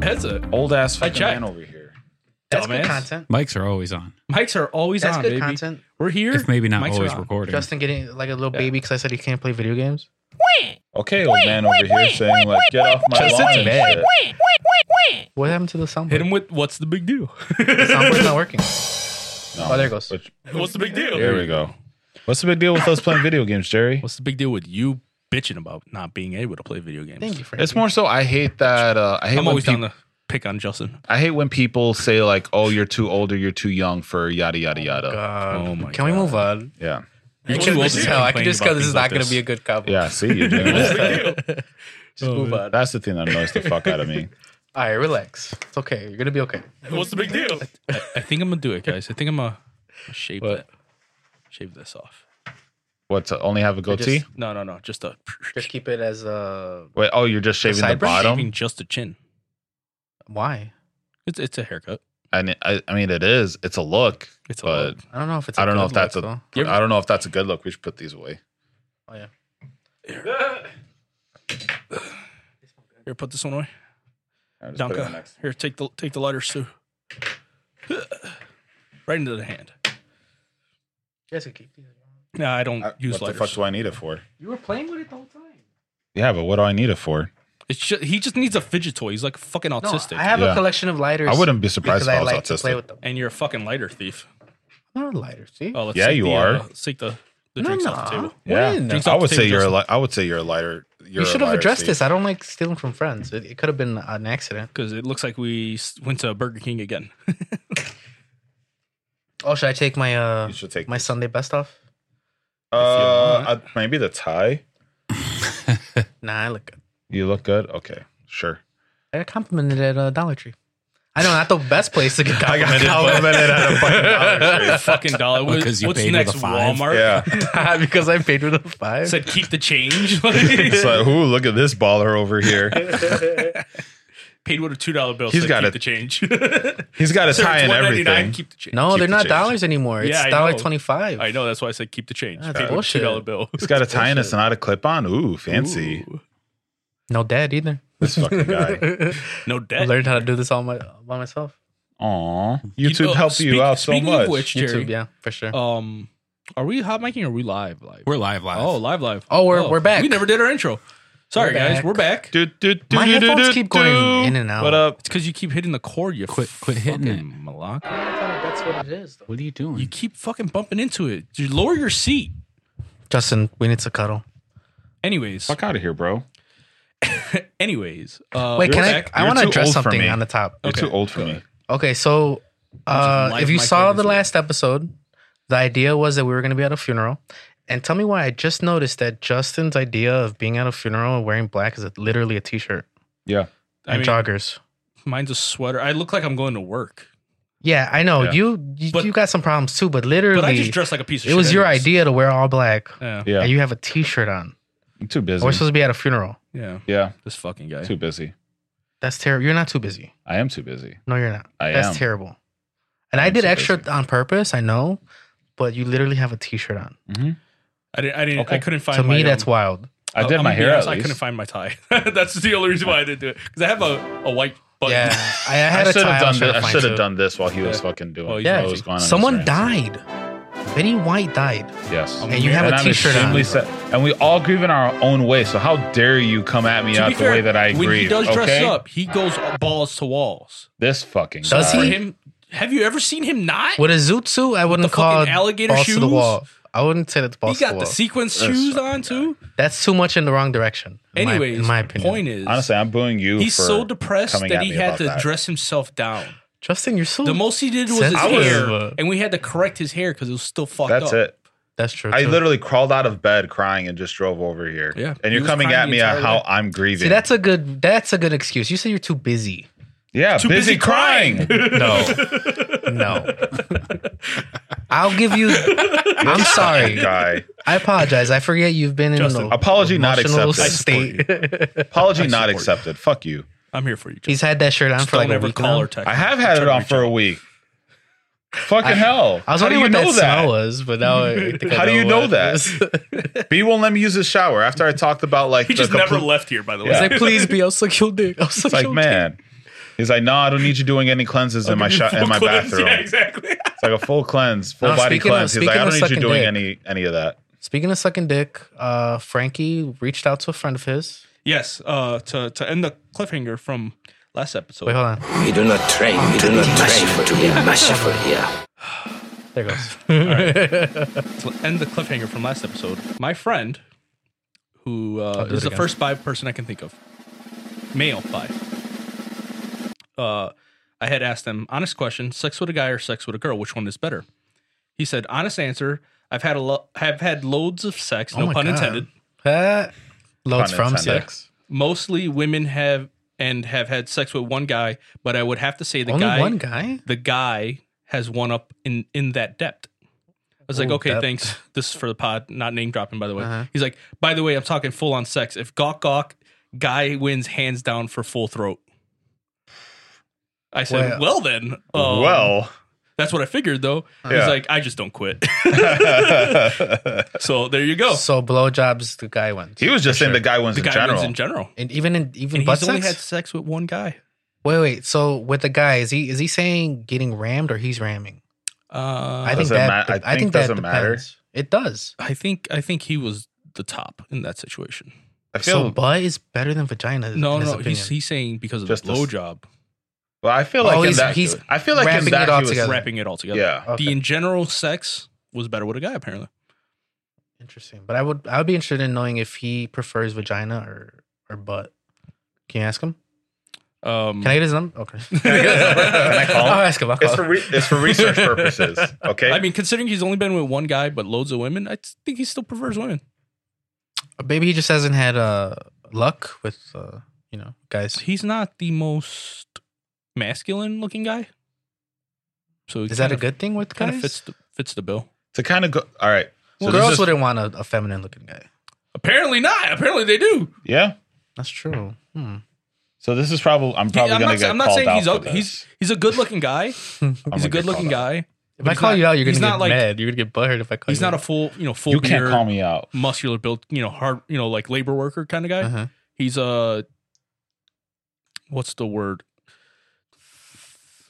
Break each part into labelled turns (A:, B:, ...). A: That's a
B: Old ass
A: I
B: fucking
A: checked.
B: man over here.
C: That's good
A: Dumbass.
C: content.
D: Mics are always on,
A: mics are always
C: That's
A: on,
C: good
A: baby.
C: content.
A: We're here.
D: if maybe not
A: Mics are
D: always
A: on.
D: recording.
C: Justin getting like a little
A: Yeah.
C: baby because I said he can't play video games.
B: Okay, old man over here saying like, "Get off my
A: Justin's
B: lawn!" and
A: mad.
B: shit.
C: What happened to the soundboard?
A: Hit him with what's the big deal?
C: The soundboard's not working.
B: No.
C: Oh, there it goes.
B: Which-
A: what's the big deal?
B: there we go. What's the big deal with us playing video games, Jerry?
A: What's the big deal with you bitching about not being able to play video games?
C: Thank you, Frankie.
E: It's more so I hate that. Uh, I hate
A: I'm
E: when
A: always
E: people,
A: down to pick on Justin.
E: I hate when people say like, "Oh, you're too old or you're too young for yada yada yada."
C: God.
A: Oh my
C: Uh, Can we
A: God.
C: move on?
E: yeah,
A: You're
C: I
A: too
C: can
A: old
C: just
A: to be
C: tell. I can
A: complaining
C: just tell
A: about
C: this
A: things
C: is
A: like
C: not going
A: this.
C: to be a good couple.
E: yeah. See, you're doing that.
A: Oh,
C: Just move on.
E: That's the thing that annoys the fuck out of me.
C: All right, relax. It's okay. You're going to be okay.
A: What's the big deal? I, I think I'm gonna do it, guys. I think I'm gonna shave
C: What?
A: that. Shave this off.
E: What to only have a goatee?
C: just-
A: No, no, no. Just a
C: Just keep it as uh
E: Wait, oh, you're just shaving the,
C: sideburns?
E: bottom.
A: shaving just a chin.
C: why?
A: It's it's a haircut.
E: And it- I, I mean, it is. It's a look.
A: It's a
E: But-
A: look.
C: I don't know if it's
E: I don't know
C: good
E: if that's
C: look,
E: a.
A: though.
E: I don't know if that's a good look. We should put these away.
C: though. Oh yeah.
A: Here, put this one away.
E: All right, just put it in the
A: Donka.
E: next-
A: Here, take the take the lighter, Sue. Right into the hand.
C: You guys can keep these.
A: No, I don't
E: I-
A: use
E: Uh, What the fuck
A: lighters.
E: do I need it for?
C: You were playing with it the whole time.
E: Yeah, but what do I need it for?
A: It's just, he just needs a fidget toy. He's like fucking
C: No,
A: autistic.
C: I have a
E: Yeah.
C: collection of lighters.
E: I wouldn't be surprised
C: because
E: if
C: I
E: I was
C: like to play
E: autistic.
C: with them.
A: and you're a fucking lighter thief.
C: I'm not a lighter. See?
A: Oh, let's
E: Yeah,
A: take
E: you
A: the,
E: are.
A: Uh, let's take the the drinks off the table.
E: Yeah,
C: When?
A: Drinks
E: I
A: off
E: would
A: the
E: say
A: table,
E: you're a
A: Justin.
E: li- I would say you're a lighter. You're
C: You
E: a
C: should have
E: lighter
C: addressed
E: thief.
C: this. I don't like stealing from friends. It, it could have been an accident.
A: because it looks like we s- went to Burger King again.
C: Oh, should I take my uh
E: You should take
C: my
E: this.
C: Sunday best off?
E: Uh, I, maybe the tie.
C: Nah, I look good.
E: You look good. Okay, sure.
C: I got complimented at uh, Dollar Tree. I know not the best place to get complimented.
E: at a fucking Dollar Tree.
A: fucking dollar. What-
D: Because you
A: What's
D: paid with
A: next?
D: a five?
A: Walmart
E: Yeah.
C: but- because I paid with a five.
A: said keep the change.
E: It's like, ooh, look at this baller over here.
A: paid with a two dollar bill.
E: He's
A: said,
E: got
A: keep
E: it.
A: the change.
E: He's got a
A: Sir,
E: tie
A: it's
E: and
A: $1.99,
E: everything.
A: Keep the change.
C: no,
E: keep
C: they're
E: the
C: not
E: change.
C: dollars anymore. It's
A: Yeah, I
C: dollar
A: know.
C: twenty five.
A: I know. That's why I said keep the change.
C: That's
A: paid with a two
C: bullshit.
A: dollar bill.
E: He's got a tie and it's not a clip on. Ooh, fancy.
A: Ooh.
C: No dad either.
E: This fucking guy.
A: No
C: I
E: Eh.
A: debt.
C: learned how to do this all my by myself.
E: Aw. YouTube
A: You know,
E: helped
A: speak-
E: you out so
A: speaking
E: much.
A: Of which, Jerry,
C: YouTube, yeah, for sure.
E: Oh.
A: um, are we hot micing or are we live? Live.
D: We're live live.
A: oh, live, live.
C: Oh, we're- we're back.
A: We never did our intro. Sorry,
C: We're
A: guys.
C: back.
A: We're back.
E: Do, do, do,
C: My
E: do, do,
C: headphones
E: do,
C: keep
E: do.
C: going in and out.
E: What up?
A: It's because you keep hitting the cord. You
D: Quit- quit hitting
A: fucking Malak.
C: That's what it is.
D: What are you doing?
A: You keep fucking bumping into it. You lower your seat.
C: Justin, we need to cuddle.
A: Anyways,
E: Fuck out of here, bro.
A: anyways. Uh,
C: Wait, can
A: we're
C: I?
A: back.
C: I
E: You're
C: want to
E: too
C: address
E: old for
C: something
E: me.
C: on the top.
E: You're
A: Okay,
E: too old for
A: go
E: me.
A: ahead.
C: Okay, so uh,
A: live
C: if you
A: micro
C: saw the
A: reason.
C: last episode, the idea was that we were going to be at a funeral. And tell me why I just noticed that Justin's idea of being at a funeral and wearing black is literally a t-shirt
E: Yeah.
A: I
C: and
A: mean,
C: joggers.
A: mine's a sweater. I look like I'm going to work,
C: Yeah, I know
E: Yeah.
C: you you,
A: But-
C: you got some problems too, but literally
A: but I just dress like a piece of.
C: it was
A: shit
C: your
A: anyways.
C: idea to wear all black
A: Yeah,
E: Yeah.
C: and you have a t-shirt on.
E: I'm too busy.
C: We're supposed to be at a funeral.
A: yeah.
E: yeah.
A: This fucking guy.
E: Too busy.
C: That's terrible. You're not too busy.
E: I am too busy.
C: No, you're not.
E: I
C: That's
E: am.
C: terrible. And i
E: I'm
C: did
E: too
C: extra
E: busy.
C: on purpose, I know, but you literally have a t-shirt on.
A: I didn't. I didn't. I
E: Okay.
A: couldn't find.
C: to
A: my,
C: me, that's
A: um,
C: wild.
E: I did
A: I'm gonna
E: my
A: be
E: hair.
A: honest,
E: At
A: I couldn't
E: least.
A: find my tie. that's the only reason why I didn't do it because I have a, a white button.
C: Yeah, I, I had
E: I
C: a
E: should
C: tie.
E: have
C: I
E: done.
C: should've
E: This, I
C: fine
E: should have
C: too.
E: done this while he was fucking doing.
A: Oh, he's
C: Yeah.
E: what was going on in
C: Someone
E: his rant.
C: died. Benny White died.
E: Yes.
A: I'm
C: And you have
E: and
C: a
E: I'm
C: t-shirt
E: extremely
C: on.
E: sad. And we all grieve in our own way. So how dare you come at me
A: To
E: out
A: be
E: the
A: fair,
E: way that I grieve?
A: when he does dress
E: okay?
A: up, he goes balls to walls.
E: This fucking.
C: Does
A: For
E: guy.
C: he?
A: him, have you ever seen him not?
C: With a zoot suit, I wouldn't
A: the
C: call it
A: fucking alligator
C: balls to the
A: shoes?
C: wall. I wouldn't say that's
A: he
C: balls to
A: got
C: the
A: the
C: wall.
A: sequence
E: This
A: shoes
E: fucking
A: on too.
C: that's too much in the wrong direction. in my-
A: Anyways,
C: in my opinion,
A: point is,
E: Honestly, I'm booing you.
A: he's
E: for
A: so depressed
E: coming
A: that
E: at
A: he
E: me
A: had
E: about
A: to
E: that.
A: dress himself down.
C: Justin, you're so.
A: The most he did was his
C: Sensitive.
A: hair, and we had to correct his hair because it was still fucked
E: That's
A: up.
E: it.
C: that's true.
E: I
C: too.
E: literally crawled out of bed crying and just drove over here.
A: Yeah.
E: And
A: He
E: you're
A: was
E: coming
A: crying
E: at
A: the
E: me at
A: entire
E: how
A: way.
E: I'm grieving.
C: see. That's a good. That's a good excuse. You say you're too busy.
E: yeah. Too busy, crying.
C: No, no. I'll give you. I'm sorry.
E: guy.
C: I apologize. I forget you've been
A: Oh Justin,
C: in an
E: apology not
C: emotional
E: accepted. I
C: state.
E: Apology not
A: support you.
E: accepted. Fuck you.
A: I'm here for you. Justin.
C: He's had that shirt on for
A: Don't
C: like a
A: ever
C: week
A: call
C: now.
A: or text.
E: I
A: me.
E: have
A: I'm
E: had
A: trying
E: it
A: to
E: on
A: reach
E: for
A: out.
E: a week. Fucking hell.
C: I was
E: How do
C: wondering
E: you
C: what
E: know
C: that, smell was, but now I think I
E: How do you know
C: what it
E: that?
C: is.
E: B won't let me use his shower after I talked about like
A: He
E: the
A: just
E: complete-
A: never left here, by the way.
E: Yeah.
C: It's like, please be. I'll suck your dick. I'll suck
E: It's like
C: your
E: man, He's like, no, I don't need you doing any cleanses in my shot in my bathroom.
A: Yeah, exactly.
E: It's like a full cleanse, full
C: No,
E: body
C: speaking of-
E: cleanse. He's like,
C: speaking
E: I
C: of
E: don't need you
C: sucking
E: doing
C: dick.
E: any any of that.
C: Speaking of sucking dick, uh, Frankie reached out to a friend of his.
A: Yes. Uh, to to end the cliffhanger from last episode.
C: Wait, hold on.
F: We do not train. We do not train for to be merciful here.
C: There it goes.
A: to end the cliffhanger from last episode, my friend, who uh,
C: do it
A: is the
C: again.
A: first five person I can think of, male five, uh, I had asked him, honest question, sex with a guy or sex with a girl, which one is better? He said, honest answer, I've had a lo- have had loads of sex,
C: Oh
A: no
C: my
A: pun
C: God.
A: intended.
C: Uh, loads
E: Pun
C: from
E: intended.
C: sex.
A: Mostly women have and have had sex with one guy, but I would have to say the
C: Only
A: guy
C: one guy.
A: the guy has one up in in that depth. I was like,
C: Ooh,
A: okay,
C: depth.
A: thanks. This is for the pod, not name dropping, by the way.
C: Uh-huh.
A: He's like, by the way, I'm talking full on sex. If gawk gawk, guy wins hands down for full throat. I said,
C: Well-
A: well, then, uh,
E: well,
A: that's what I figured though. He's
C: Uh-huh.
E: Yeah.
A: like, I just don't quit.
E: he
A: so there you go.
C: So blowjobs, the guy wins.
E: was just saying the guy wins
A: the
E: in
A: guy
E: general.
A: wins in general,
C: And even in even
A: and
C: butt
A: he's
C: sex.
A: only had sex with one guy.
C: wait, wait. So with the guy, is he is he saying getting rammed or he's ramming?
A: Uh,
C: I think
E: Doesn't
C: that
E: ma-
C: de-
E: I
C: I
E: think
C: think that
E: doesn't matter.
C: depends. It does.
A: I think I think he was the top in that situation.
E: I
C: So
E: feel
C: butt is better than vagina.
A: No,
C: in his
A: no, he's
C: opinion.
A: he's saying because of
E: Just
A: the
E: the-
A: blowjob,
E: well, I feel
C: Oh,
E: like in
C: he's-
E: that
C: he's
E: I feel like in
C: wrapping
E: that
C: it all
E: he was,
C: together.
A: wrapping it all together. Uh,
E: yeah.
C: Okay.
A: the in general sex was better with a guy apparently.
C: Interesting. But I would I would be interested in knowing if he prefers vagina or or butt. Can you ask him?
A: Um,
C: Can I get his number? Okay.
E: Can I get his number? Can I call him?
C: I'll ask him. I'll
E: It's
C: call
E: for
C: him.
E: re- it's for research purposes. Okay,
A: uh, I mean, considering he's only been with one guy but loads of women, I think he still prefers women.
C: Maybe he just hasn't had uh luck with uh you know guys.
A: He's not the most masculine looking guy, so he
C: Is that
A: kind
C: a
A: of-
C: good thing with
A: kind of
C: guys?
A: fits the, fits the bill?
E: to kind of go. All right, so
C: Well,
E: this
C: girls
E: is-
C: wouldn't want a, a feminine looking guy.
A: Apparently not. Apparently they do.
E: yeah.
C: That's true. Hmm.
E: So this is probably I'm probably
A: I'm
E: gonna
A: not,
E: get
A: I'm not
E: called
A: saying
E: out
A: he's
E: for
A: ugly.
E: this.
A: He's he's a good looking guy.
C: if
E: I'm
A: He's a
E: gonna get
A: good looking
E: called out.
A: guy. but
C: I
A: he's
C: call
A: not-
C: you out, you're gonna
A: he's
C: get
A: not like-
C: mad. You're gonna get butthurt if I call
A: He's
C: you.
A: not a full you know full
E: You can't
A: beard,
E: call me out.
A: muscular built you know hard you know like labor worker kind of guy.
C: Uh-huh.
A: He's a what's the word?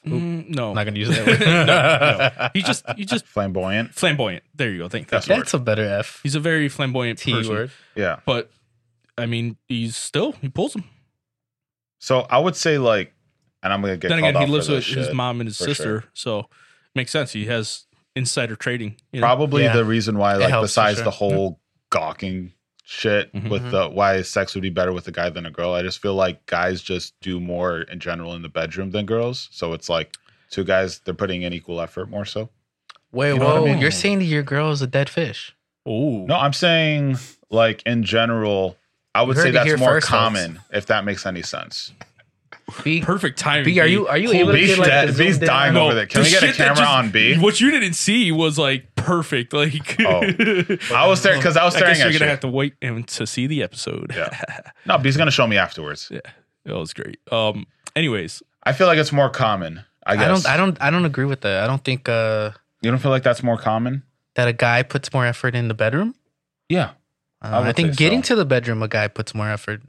A: Mm, no,
C: I'm not gonna use that.
A: No,
C: Word.
A: no. He just he just
E: Flamboyant.
A: flamboyant. There you go. Thank you.
E: That's
C: That's a better F.
A: He's a very flamboyant
C: T
A: person,
C: word.
E: Yeah.
A: but I mean, he's still he pulls him.
E: So I would say like, and I'm gonna get
A: Then
E: called
A: again, he
E: out
A: lives
E: for
A: with
E: this
A: his
E: shit.
A: mom and his
E: for
A: sister, so makes sense. He has insider trading. You know?
E: Probably
C: Yeah.
E: the reason why, like,
C: helps for
E: besides
C: sure. Mm-hmm.
E: the whole gawking shit
A: Mhm.
E: with the why sex would be better with a guy than a girl, I just feel like guys just do more in general in the bedroom than girls. So it's like two guys, they're putting in equal effort more so.
C: Wait,
E: You know what I
C: whoa!
E: mean?
C: You're saying that your girl is a dead fish.
A: Oh,
E: No, I'm saying like in general, I would
C: You heard
E: say
C: it
E: that's
C: here
E: more
C: first, folks.
E: common if that makes any sense.
C: B,
A: perfect timing.
C: B, are you are you
A: Holy
C: able to
E: B's,
C: get like
E: dead-
C: the
E: B's
C: zoomed in
E: dying
C: on-
E: over there. Can we get a
A: shit that
E: camera
A: just-
E: on B?
A: What you didn't see was like perfect. Like
E: Oh. I was there because I was
A: I guess
E: staring
A: you're gonna
E: at you.
A: have to wait and to see the episode.
E: Yeah. no, B's gonna show me afterwards.
A: that was great. Um, anyways,
E: I feel like it's more common. I guess
C: I don't I don't I don't agree with that. I don't think uh
E: You don't feel like that's more common?
C: that a guy puts more effort in the bedroom.
E: Yeah. I
C: Uh, I,
E: would
C: think
E: say
C: getting
E: so.
C: to the bedroom, a guy puts more effort.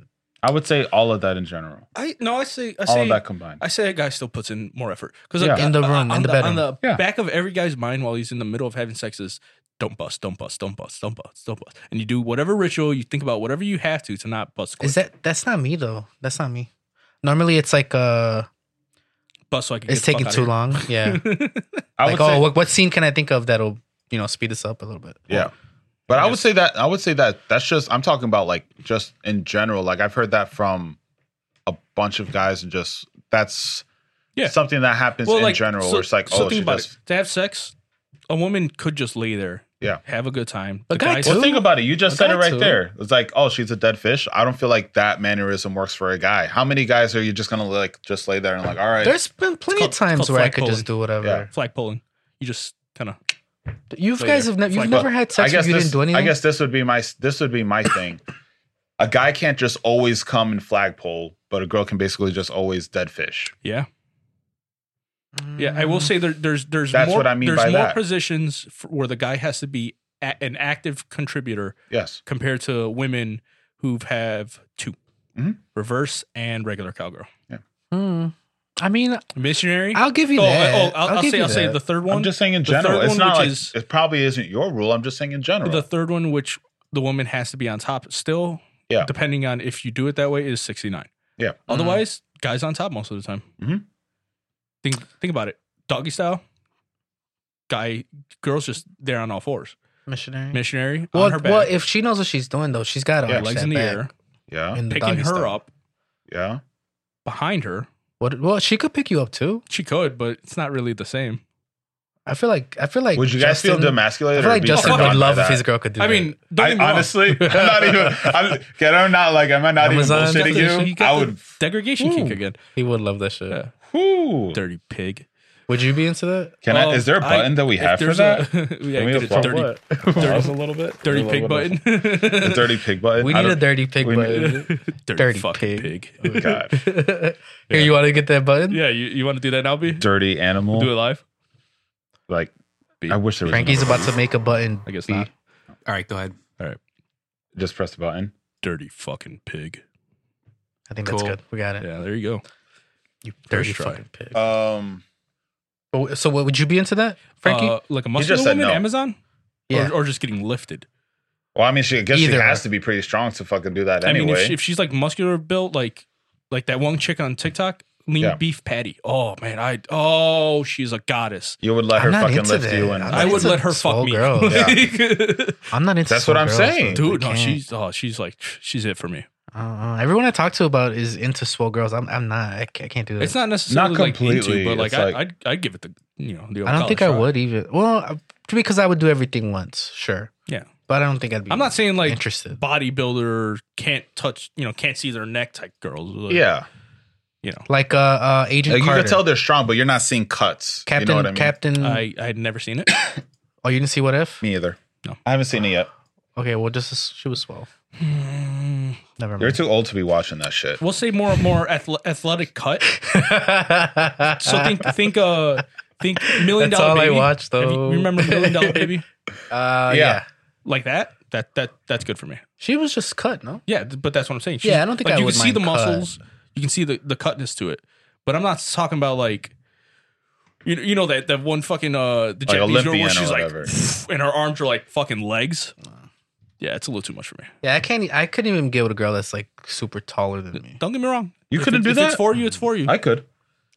E: I would say all of that in general.
A: I no, I say I
E: All
A: say
E: of that combined.
A: I say a guy still puts in more effort because
E: Yeah.
C: In the room, in the
A: on
C: bedroom.
A: the
E: Yeah.
A: back of every guy's mind while he's in the middle of having sex is don't bust, don't bust, don't bust, don't bust, don't bust, and you do whatever ritual you think about whatever you have to to not bust. quick.
C: Is that that's not me though? That's not me. Normally, it's like uh,
A: bust so I can
C: it's
A: get the
C: taking
A: fuck
C: too long. Yeah.
A: outta here.
E: I
C: like,
E: would
C: oh,
E: say,
C: what, what scene can I think of that'll you know speed this up a little bit?
E: yeah. But
A: I
E: I would
A: guess-
E: say that I would say that that's just I'm talking about like just in general. Like I've heard that from a bunch of guys and just that's
A: Yeah.
E: something that happens in general
A: so-
E: where it's like,
A: so
E: oh,
A: think
E: she
A: about
E: just
A: it. to have sex, a woman could just lay there,
E: Yeah.
A: have a good time.
C: A
A: The
C: guy
A: guy's-
C: too.
E: well, think about it. You just
C: A
E: said
C: guy
E: it right
C: too.
E: there. It's like, oh, she's a dead fish. I don't feel like that mannerism works for a guy. How many guys are you just gonna like just lay there and like, all right,
C: There's been plenty
A: called-
C: of times
A: it's called
C: where I
A: flag
C: could just do whatever.
A: flag pulling. You just kind of
C: You
A: Later.
C: guys have never you've
A: Flag-
C: never had
E: I
C: sex
E: guess
C: if you
E: this,
C: didn't do anything.
E: I guess this would be my this would be my thing. a guy can't just always come and flagpole, but a girl can basically just always dead fish.
A: yeah.
C: Mm.
A: Yeah, I will say there, there's there's
E: That's
A: more,
E: what I mean
A: there's
E: by
A: more
E: that.
A: positions f where the guy has to be a, an active contributor
E: Yes.
A: compared to women who've have 2
E: Mhm.
A: reverse and regular cowgirl.
C: Hmm. I mean,
A: Missionary.
C: I'll give you
A: oh,
C: that.
A: oh, I'll, I'll,
C: give
A: say
C: you
A: I'll say
C: that.
A: the third one.
E: I'm just saying in
A: The third
E: general. It's
A: one,
E: not
A: which
E: like
A: is-
E: it probably isn't your rule. I'm just saying in general.
A: the third one, which the woman has to be on top still.
E: Yeah.
A: Depending on if you do it that way, is sixty nine.
E: Yeah.
A: Otherwise, guys on top most of the time.
E: Mhm.
A: Think think about it. Doggy style. Guy, girls just there on all fours.
E: Mm-hmm.
C: missionary.
A: Missionary
C: well,
A: on her back,
C: well, if she knows what she's doing though, she's got to
E: Yeah,
A: legs in the air,
E: yeah,
A: picking her up
E: yeah.
A: behind her.
C: What, well, she could pick you up too.
A: She could, but it's not really the same.
C: I feel like I feel like
E: Would you guys
C: Justin,
E: feel
C: I
E: demasculated?
C: feel like
E: or be
C: Justin
E: turned
C: would
E: on by
C: love if
E: that?
C: his girl could do.
A: I
C: that.
A: mean, don't
E: I
A: get me wrong.
E: honestly, I'm not even. I'm, get I'm not like. Am I not
C: Amazon
E: even bullshitting you?
A: definition,
E: I would.
A: degradation
C: Ooh.
A: kick again.
C: he would love that shit.
A: Yeah.
E: Whew.
A: Dirty pig.
C: Would you be into that?
E: Can
A: Oh,
E: I? Is there a
A: I-
E: button that we
A: If
E: have for
A: there's
E: that?
A: a- yeah,
E: Can we
A: get a
E: apply
A: dirty,
E: what?
A: dirty-
E: Pause a little bit.
A: dirty
E: A
A: pig
E: little bit.
A: button.
E: The dirty pig button.
C: We
E: I
C: need a
E: don't-
C: dirty pig
E: we
C: button.
E: need-
A: dirty,
C: Dirty
A: fucking
C: pig.
A: pig.
E: God.
C: Here, you want to get that button?
A: Yeah, you, you want to do that now, B?
E: Dirty animal.
A: Do it live?
E: Like, I wish there was.
C: Frankie's
E: another
C: about to make a button.
A: I guess
C: B.
A: not.
D: All right, go ahead.
E: button. Just press the button.
A: Dirty fucking pig.
C: I think that's
D: Cool.
C: good. We got it.
A: Yeah, there you go.
C: You dirty
A: First try.
C: fucking pig.
E: Um.
C: But- so, what would you be into that, Frankie?
A: Uh, like a muscular
E: just said
A: woman,
E: no.
A: Amazon?
C: Yeah.
A: Or, or just getting lifted.
E: Well, I mean, she I guess
C: Either.
E: she has to be pretty strong to fucking do that
A: I mean, if,
E: anyway.
A: she, if she's like muscular built, like like that one chick on TikTok, lean
E: Yeah.
A: beef patty. Oh man, I oh she's a goddess.
E: you would let
C: I'm
E: her
C: not
E: fucking
C: into
E: lift
C: that.
E: you, and
C: I'm
A: I
C: That's
A: would
C: a
A: let her fuck
C: swole
A: me.
C: girl.
A: Like,
C: I'm not into.
E: That's what
C: small
E: I'm
C: girls,
E: saying.
C: though.
A: Dude,
C: I
A: no,
C: can't.
A: she's oh she's like she's it for me.
C: Uh, everyone I talk to about is into swole girls. I'm, I'm not. I can't, I can't do that.
A: It's not necessarily like into,
E: completely.
A: but like,
E: It's
A: I,
E: like-
A: I'd I'd give it the you know the. old
C: I don't
A: college
C: think I
A: try.
C: would even. Well, I- because I would do everything once, sure.
A: Yeah.
C: but I don't think I'd be.
A: I'm not saying like
C: interested.
A: bodybuilder can't touch you know can't see their neck type girls. Like,
E: yeah,
C: Like uh, uh Agent
E: Like, you
C: Carter,
E: can tell they're strong, but you're not seeing cuts.
C: Captain
E: you know what I mean?
C: Captain.
A: I I had never seen it.
C: oh, you didn't see what if?
E: Me either.
A: No.
E: I haven't seen it yet.
C: Okay, well, just she was swole.
A: Hmm.
C: Never
E: You're
C: mind.
E: too old to be watching that shit.
C: Uh,
A: we'll say more more athle- athletic cut. So think think uh think million
C: That's
A: dollar
C: all I
A: baby.
C: watched,
A: Have you-
C: though.
A: remember million dollar baby
C: Uh, yeah.
E: Yeah.
A: like that? That that that's good for me.
C: she was just cut. No,
A: Yeah, th- but that's what I'm saying.
C: Yeah, I don't think
A: like
C: I
A: you
C: would
A: can see the
C: mind cut.
A: muscles, you can see the the cutness to it. But I'm not talking about like you know, you know that that one fucking uh the
E: Like
A: Japanese girl
E: Olympian
A: where
E: or
A: she's like
E: whatever.
A: and her arms are like fucking legs. Yeah, it's a little too much for me.
C: yeah, I can't. e- I couldn't even get with a girl that's like super taller than me.
A: Don't get me wrong.
E: You
A: If
E: couldn't
A: it-
E: do
A: if
E: that?
A: It's for you. It's for you.
E: I could.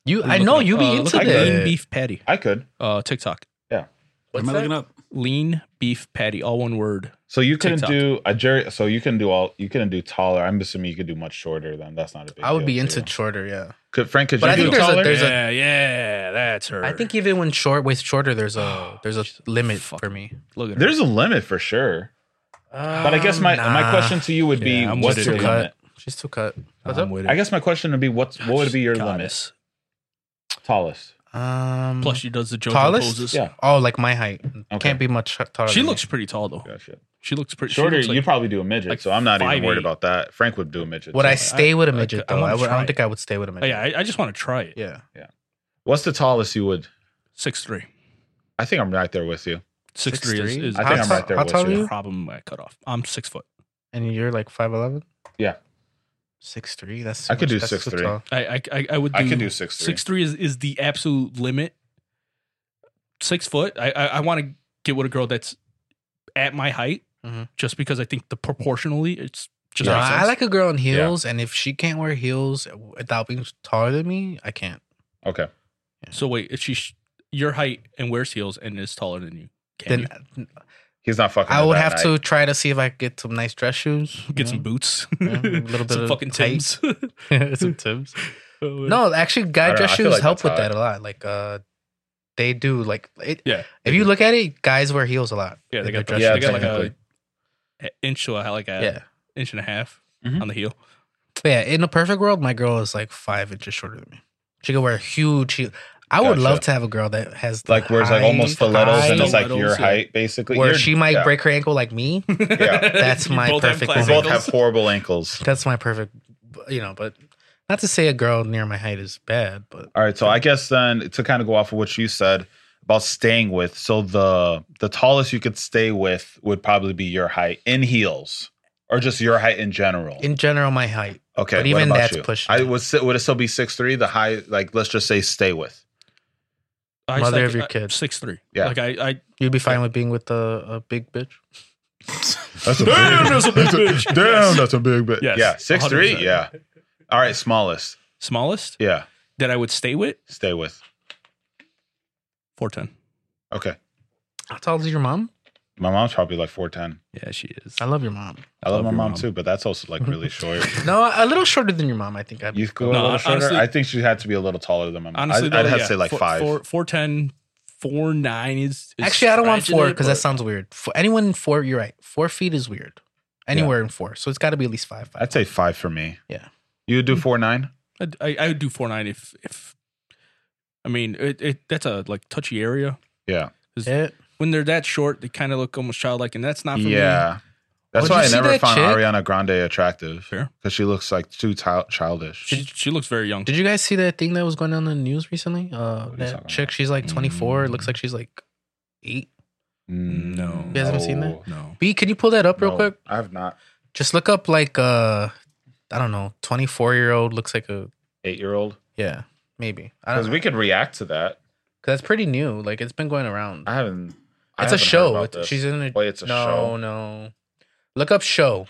C: You, I know you be
A: Uh,
C: into
A: look at
E: that.
C: this.
A: lean beef patty.
E: I could.
A: Uh, TikTok.
D: What am I looking up?
A: Lean beef patty, all one word.
E: So you couldn't
A: TikTok.
E: do a Jerry. So you couldn't do all. You couldn't do taller. I'm assuming you could do much shorter. Then that's not a big.
C: I would
E: deal
C: be
E: for
C: into
E: you.
C: shorter. Yeah.
E: Could Frank? Could
C: But
E: you
C: I
E: do
C: think there's a-
E: taller?
C: there's-
A: yeah, yeah, that's her.
C: I think even when short waist shorter, there's
A: Oh,
C: a there's a limit for me.
A: look at her.
E: There's a limit for sure. But I guess my
C: Um,
E: my question to you would be,
A: Yeah, I'm
E: what's
A: with
E: your
A: it, dude.
E: limit?
C: cut. She's too cut. What's
A: I'm
C: up?
A: with it.
E: I guess my question would be, what's what would be your limit?
A: Goddess.
E: Tallest.
C: Um,
A: Plus, she does the JoJo
C: Tallest?
A: poses.
E: Yeah.
C: oh, like my height
E: Okay.
C: can't be much taller.
A: She
C: than
A: looks pretty tall though.
E: Gotcha.
A: She looks pretty. she
E: Shorter,
A: looks like-
E: you'd probably do a midget,
A: like
E: so I'm not even
A: 5'8".
E: worried about that. Frank would do a midget.
C: Me. Would
E: so.
C: I stay with a
A: I-
C: midget
A: I
C: though?
A: wanna
C: I, would, I
A: try
C: don't think I would stay with a
A: Oh,
C: midget.
A: yeah, I, I just want to try it.
C: yeah.
E: What's the tallest you would?
A: Six three,
E: I think I'm right there with you.
A: six three is,
C: 6'3"?
A: is
E: I think
A: is
E: I'm right there
C: How
E: with
C: tall are
E: you.
A: the
C: you?
A: problem I cut off. I'm six foot.
C: And you're like five eleven.
E: Yeah.
C: Six three. That's
E: I could do
C: that's
E: 6'3".
C: too tall.
A: I I, I, I would. Do,
E: I could do 6'3".
A: Six three is, is the absolute limit. Six foot. I I, I want to get with a girl that's at my height,
C: Mhm.
A: just because I think the proportionally it's just.
C: No,
A: makes
C: I
A: sense.
C: like a girl in heels, and if she can't wear heels without being taller than me, I can't.
E: Okay.
A: So wait, if she's your height and wears heels and is taller than you, can
C: then
E: He's not fucking.
C: I
E: with
C: would
E: that
C: have
E: night.
C: to try to see if I could get some nice dress shoes.
A: you
C: you
A: get
C: know?
A: some boots,
C: Yeah, a little bit
A: some
C: of
A: fucking
C: tights.
A: tims.
C: some tips. No, actually,
E: I
C: guy
E: don't know,
C: dress
E: I feel
C: shoes
E: like
C: help
E: that's
C: with
E: how
C: that a lot. Like, uh, they do like it.
A: Yeah,
C: If you look at it, guys wear heels a lot.
A: Yeah, they
C: in
A: got
C: their
A: the-
E: yeah,
A: they got like
E: technically.
A: a, a inch or like a
C: shoes. yeah. Mm-hmm.
A: inch and a half
E: Mhm.
A: on the heel.
C: But yeah, in a perfect world, my girl is like five inches shorter than me. She could wear huge heels. I would
E: Gotcha.
C: love to have a girl that has the
E: like wears like
C: high-
E: almost stilettos and
C: high-
E: it's like your
A: Stilettos, yeah.
E: height basically.
C: where
E: You're-
C: she might
E: yeah.
C: break her ankle like me. That's
A: You
C: my
A: both have
C: perfect
A: class
E: We both have
A: ankles.
E: horrible ankles.
C: That's my perfect, you know. But not to say a girl near my height is bad, but
E: All right, so I guess then to kind of go off of what you said about staying with, so the the tallest you could stay with would probably be your height in heels, or just your height in general.
C: in general, my height.
E: Okay,
C: But
E: what
C: even
E: about
C: that's
E: you?
C: pushing
E: I
C: it.
E: would si- would it still be six three? The high, like let's just say, stay with.
A: I
C: Mother of your kid.
A: six three.
E: Yeah.
A: like I, I
C: You'd be fine with being with a, a big bitch.
E: That's a
A: Damn, that's a big bitch.
E: Damn,
A: Yes.
E: that's a big bitch.
A: Yes,
E: Yeah, six three.
A: 100%.
E: Yeah. All right, smallest.
A: smallest
E: Yeah,
A: that I would stay with
E: stay with.
A: four ten.
E: Okay,
C: How tall is your mom?
E: my mom's probably like four ten.
A: Yeah, she is.
C: I love your mom.
E: I love,
A: Love
E: my
A: your
E: mom,
A: mom.
E: too, but that's also like really short.
C: No, a little shorter than your mom. I think. I
E: You go a
A: No,
E: little shorter.
A: honestly-
E: I think she had to be a little taller than my mom.
A: Honestly,
E: I'd,
A: though,
E: I'd have
A: yeah,
E: to say like
A: four,
E: five.
A: Four, four ten, four nine is, is
C: actually I don't want
A: stretching
C: four
A: it,
C: because that
A: but-
C: sounds weird. For anyone in four, you're right. Four feet is weird. Anywhere in four, so it's got to be at least five.
E: I'd say five for me.
C: Yeah.
E: You would do four nine?
A: I'd- I, I would do four nine if if. I mean, it, it that's a like touchy area.
E: Yeah.
C: Yeah.
A: When they're that short, they kind of look almost childlike, and that's not for me.
E: Yeah. That's
C: Would
E: why
C: you
E: I
C: see
E: never
C: that
E: found
C: chick?
E: Ariana Grande attractive.
A: Fair.
E: Because she looks like too ti- childish.
A: She she looks very young.
C: Did you guys see that thing that was going on in the news recently?
E: What
C: Uh,
E: are you
C: that
E: talking
C: chick,
E: about?
C: she's like 24. It looks like she's like eight.
E: Mm,
A: No.
C: You guys haven't seen that?
A: No.
C: B, can you pull that up real
E: No,
C: quick?
E: I have not.
C: Just look up like uh, I don't know, 24 year old looks like a
E: Eight year old.
C: yeah, maybe. I don't
E: Because
C: know.
E: we could react to that.
C: Cause that's pretty new. Like it's been going around.
E: I haven't. I
C: It's a
E: haven't heard
C: show.
E: about
C: It's-
E: this.
C: she's in a.
E: Wait, it's a
C: no,
E: show?
C: no. Look up show.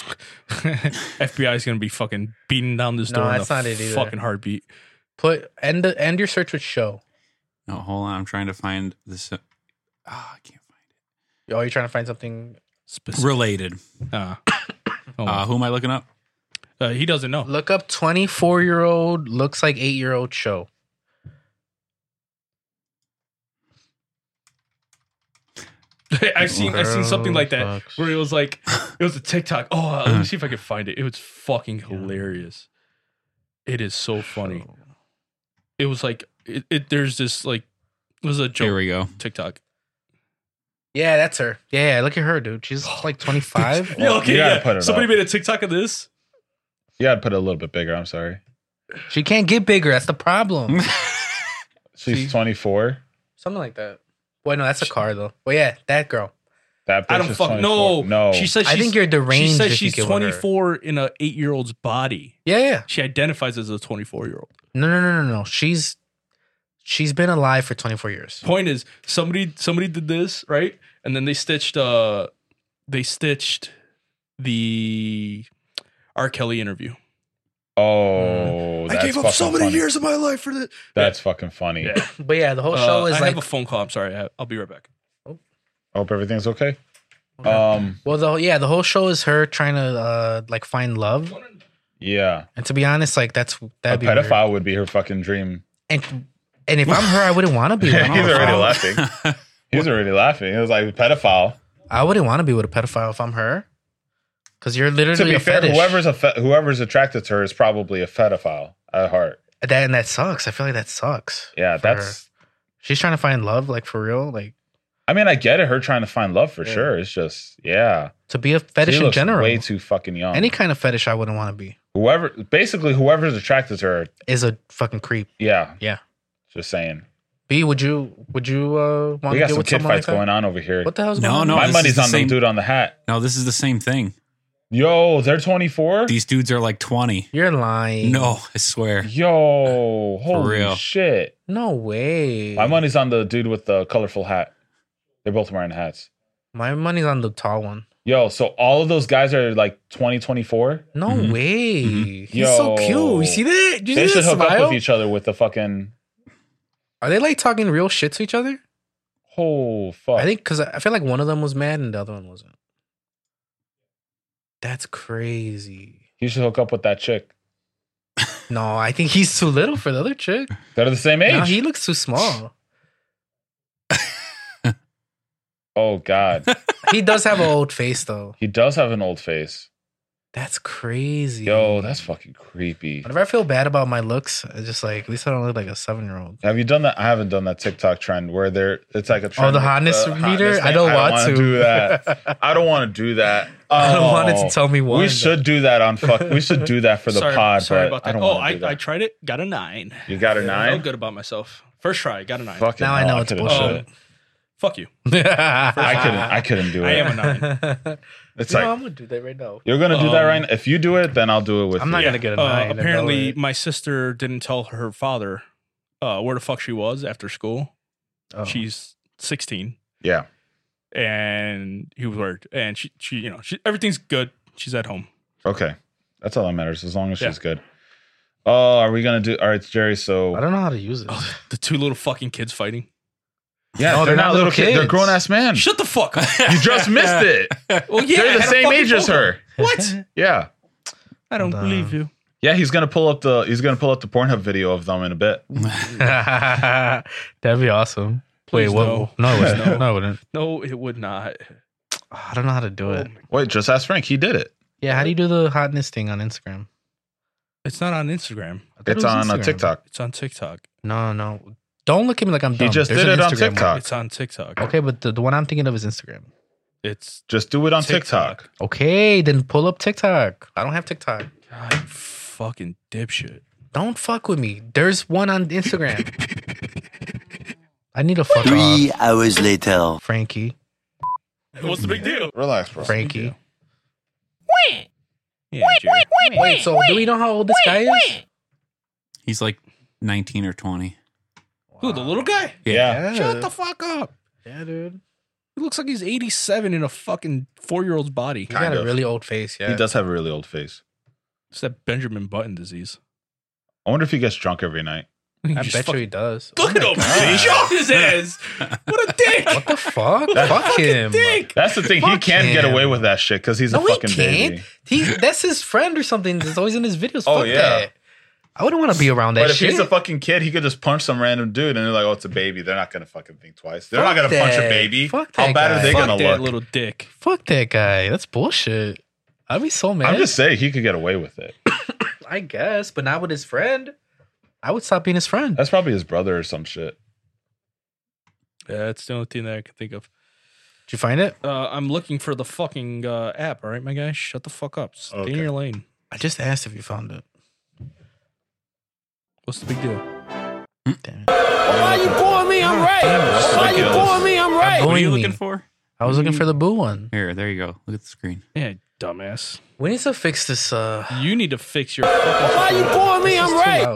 A: FBI is gonna be fucking beating down this
C: No,
A: door. in
C: that's
A: a
C: not it either.
A: Fucking heartbeat.
C: Put end the end your search with show.
D: No, hold on. I'm trying to find this. uh, Ah, I can't find
C: Oh, you're trying to find something.
D: it.
A: Specific.
D: Related.
A: Uh,
D: Uh, who am I looking up?
A: uh, he doesn't know.
C: Look up 24 year old looks like eight year old show.
A: I've seen I've seen something like that
C: Girl
A: where it was like it was a TikTok. Oh, let me see if I can find it. It was fucking hilarious. It is so funny.
C: Show.
A: It was like it, it there's this like it was a
D: Here
A: joke
D: we go.
A: TikTok.
C: Yeah, that's her. Yeah, look at her, dude. She's like 25.
A: Yeah,
E: Well,
A: okay,
E: you gotta put
A: yeah.
E: it
A: Somebody
E: up.
A: made a TikTok of this.
E: Yeah, I'd put it a little bit bigger. I'm sorry.
C: she can't get bigger. That's the problem.
E: She's
A: See?
E: 24.
C: Something like that. Wait, no, that's a car though. Well, yeah, that girl.
E: That bitch
A: I don't
E: is
A: fuck
E: 24.
A: no.
E: No.
A: She says
C: I
A: she's,
C: think you're deranged.
A: she
C: if
A: says
C: you
A: she's
C: get with her.
A: 24 in a 8-year-old's body.
C: Yeah, yeah.
A: She identifies as a 24-year-old.
C: No, no, no, no, no. She's she's been alive for 24 years.
A: point is somebody somebody did this right and then they stitched uh they stitched the r kelly interview
C: Mm.
E: Oh, that's
A: i gave up so
E: fucking
A: many
E: funny.
A: years of my life for this
E: That's fucking funny.
A: Yeah.
C: But yeah, the whole
A: Uh,
C: show is
A: i
C: like
A: have a phone call i'm sorry I, i'll be right back
E: Hope everything's okay. Um,
C: well, the whole, yeah, the whole show is her trying to uh like find love.
E: yeah,
C: And to be honest, like that's
E: a
C: that'd be weird.
E: pedophile would be her fucking dream.
C: And and if I'm her, I wouldn't want to be.
E: He's
C: With a
E: already
C: pedophile.
E: laughing. He's already laughing. It was like pedophile.
C: I wouldn't want to be with a pedophile if I'm her, because you're literally
E: To be
C: a
E: fair,
C: fetish.
E: whoever's a fe- whoever's attracted to her is probably a pedophile at heart.
C: that and that sucks. I feel like that sucks.
E: Yeah,
C: for her.
E: that's.
C: she's trying to find love, like for real, like
E: I mean, I get it. Her trying to find love for
C: Yeah.
E: sure. It's just, yeah,
C: to be a fetish
E: She
C: in
E: looks
C: general.
E: way too fucking young.
C: Any kind of fetish, I wouldn't want to be.
E: whoever, basically, whoever's attracted to her,
C: Is a fucking creep.
E: yeah,
C: Yeah.
E: Just saying,
C: B, would you would you uh, want
E: we
C: to
E: got
C: deal
E: some
C: with
E: kid
C: someone
E: fights
C: like that?
E: going on over here.
C: What the hell's
D: No,
C: going on?
D: no.
E: My
D: this is
E: money's
D: the
E: on
D: same-
E: the dude on the hat.
D: No, this is the same thing.
E: Yo, they're twenty four.
D: These dudes are like 20.
C: You're lying.
D: No, I swear.
E: Yo, holy
D: real.
E: shit.
C: no way.
E: My money's on the dude with the colorful hat. They're both wearing hats.
C: My money's on the tall one.
E: Yo, so all of those guys are like 20, 24.
C: No
D: Mhm.
C: way. He's so
E: Mm-hmm. Yo.
C: cute. You see that? You
E: They
C: see
E: should
C: that
E: hook
C: smile?
E: up with each other with the fucking
C: Are they like talking real shit to each other?
E: oh fuck.
C: I think because I I feel like one of them was mad and the other one wasn't. That's crazy.
E: you should hook up with that chick.
C: No, I think he's too little for the other chick.
E: They're the same age.
C: No, he looks too small.
E: oh god,
C: He does have an old face though.
E: he does have an old face.
C: That's crazy.
E: Yo, that's fucking creepy.
C: Whenever I feel bad about my looks, it's just like at least I don't look like a seven year old.
E: Have you done that? I haven't done that TikTok trend where they're it's like a trend.
C: Oh, the
E: with
C: hotness meter?
E: hotness
C: I
E: thing.
C: don't want
E: wanna
C: to
E: do that. I don't want to do that.
C: I don't want it
E: Oh.
C: to tell me one.
E: We should do that on fuck. We should do that for the
A: sorry,
E: pod.
A: sorry
E: but
A: about
E: I
A: that
E: don't
A: oh
E: wanna
A: I,
E: do that.
A: I tried it got a nine
E: you got a
A: i feel
E: nine.
A: good about myself first try got a nine Um,
E: Fucking
C: Now I
E: hell,
C: know it's
E: could've
C: bullshit.
E: done it.
A: Fuck you.
E: I couldn't. I couldn't do it.
A: I am a nine.
E: It's
C: no,
E: like Oh.
C: I'm gonna do that right now.
E: you're gonna do that
A: Um,
E: right. Now. If you do it, then I'll do it with.
C: I'm not
E: you.
C: gonna get a
A: Uh,
C: nine. and
A: apparently,
C: all
A: my sister didn't tell her father uh, where the fuck she was after school.
C: that. Oh.
A: She's 16,
E: Yeah.
A: and he was worried. And she, she, you know, she, everything's good. She's at home.
E: Okay. That's all that matters. As long as
A: Yeah.
E: she's good. Oh, are we gonna do? All right, Jerry. So
C: I don't know how to use it.
A: Oh, the two little fucking kids fighting.
E: yeah,
C: No, they're not little
E: kid- They're
C: kids.
E: grown ass men.
A: Shut the fuck up.
E: You just missed it.
A: Well, yeah, I
E: they're the
A: had a
E: same
A: fucking
E: age as
A: phone
E: her.
A: What?
E: Yeah.
A: I don't
C: Nah.
A: believe you.
E: Yeah, he's gonna pull up the he's gonna pull up the Pornhub video of them in a bit.
C: That'd be awesome.
A: Please,
C: Wait,
A: no.
C: what? No, it wouldn't.
A: No.
C: no, it wouldn't.
A: No, it would not.
C: I don't know how to do it.
E: Wait, just ask Frank. He did it.
C: Yeah, how do you do the hotness thing on Instagram?
A: It's not on Instagram.
C: I thought it
E: It's
C: was
E: on uh,
C: Instagram.
E: TikTok.
A: It's on TikTok.
C: No, no. Don't look at me like I'm
E: He
C: dumb.
E: just
C: There's
E: did
C: an
E: it on
C: Instagram one.
E: TikTok.
A: It's on TikTok.
C: Okay, but the, the one I'm thinking of is Instagram.
A: It's
E: Just do it on
A: TikTok.
E: TikTok.
C: Okay, then pull up TikTok. I don't have TikTok.
A: God, you fucking dipshit.
C: Don't fuck with me. There's one on Instagram. I need a fuck
G: Three
C: off.
G: hours later.
C: Frankie.
A: What's the big deal?
E: Relax, bro.
C: Frankie.
A: Yeah, Jerry.
C: Wait, so do we know how old this guy is?
D: He's like 19 or 20.
A: Who, the little guy?
E: Yeah.
A: Shut the fuck up.
C: Yeah, dude.
A: He looks like he's 87 in a fucking four year old's body.
C: He
E: Kind
C: got a
E: of.
C: really old face, yeah.
E: He does have a really old face.
A: It's that Benjamin Button disease.
E: I wonder if he gets drunk every night.
C: I bet you he does. Oh
A: Look at him. He shot his ass. What a dick.
C: What the fuck? fuck
A: Fucking
C: him.
A: dick.
E: That's the thing. he
C: Fuck
E: can't get
C: him.
E: away with that shit because he's
C: No,
E: a
C: he
E: fucking
C: can't.
E: baby.
C: He, that's his friend or something that's always in his videos.
E: Oh,
C: fuck
E: yeah.
C: that. I wouldn't want to be around that
E: But if
C: shit.
E: he's a fucking kid, he could just punch some random dude, and they're like, "Oh, it's a baby." They're not gonna fucking think twice. They're
C: Fuck
E: not gonna punch
C: that.
E: a baby.
C: Fuck
E: How
C: that
E: bad
C: guy.
E: are they
A: Fuck
E: gonna
A: that
E: look?
A: little dick.
C: fuck that guy. That's bullshit. I'd be so mad.
E: I'm just saying he could get away with it.
C: I guess, but not with his friend. I would stop being his friend.
E: That's probably his brother or some shit.
A: Yeah, that's the only thing that I can think of.
C: Did you find it?
A: Uh, I'm looking for the fucking uh, app. All right, my guy. Shut the fuck up. Stay
E: Okay.
A: in your lane.
C: I just asked if you found it.
A: What's the big deal?
C: Damn it.
E: Why you pulling me?
D: All right. What are
C: Booing
D: you
C: me.
D: looking for?
C: I was looking for the boo one.
D: Here, there you go. Look at the screen.
A: Yeah, dumbass.
C: We need to fix this. Uh,
A: You need to fix your fucking.
C: me, I'm right.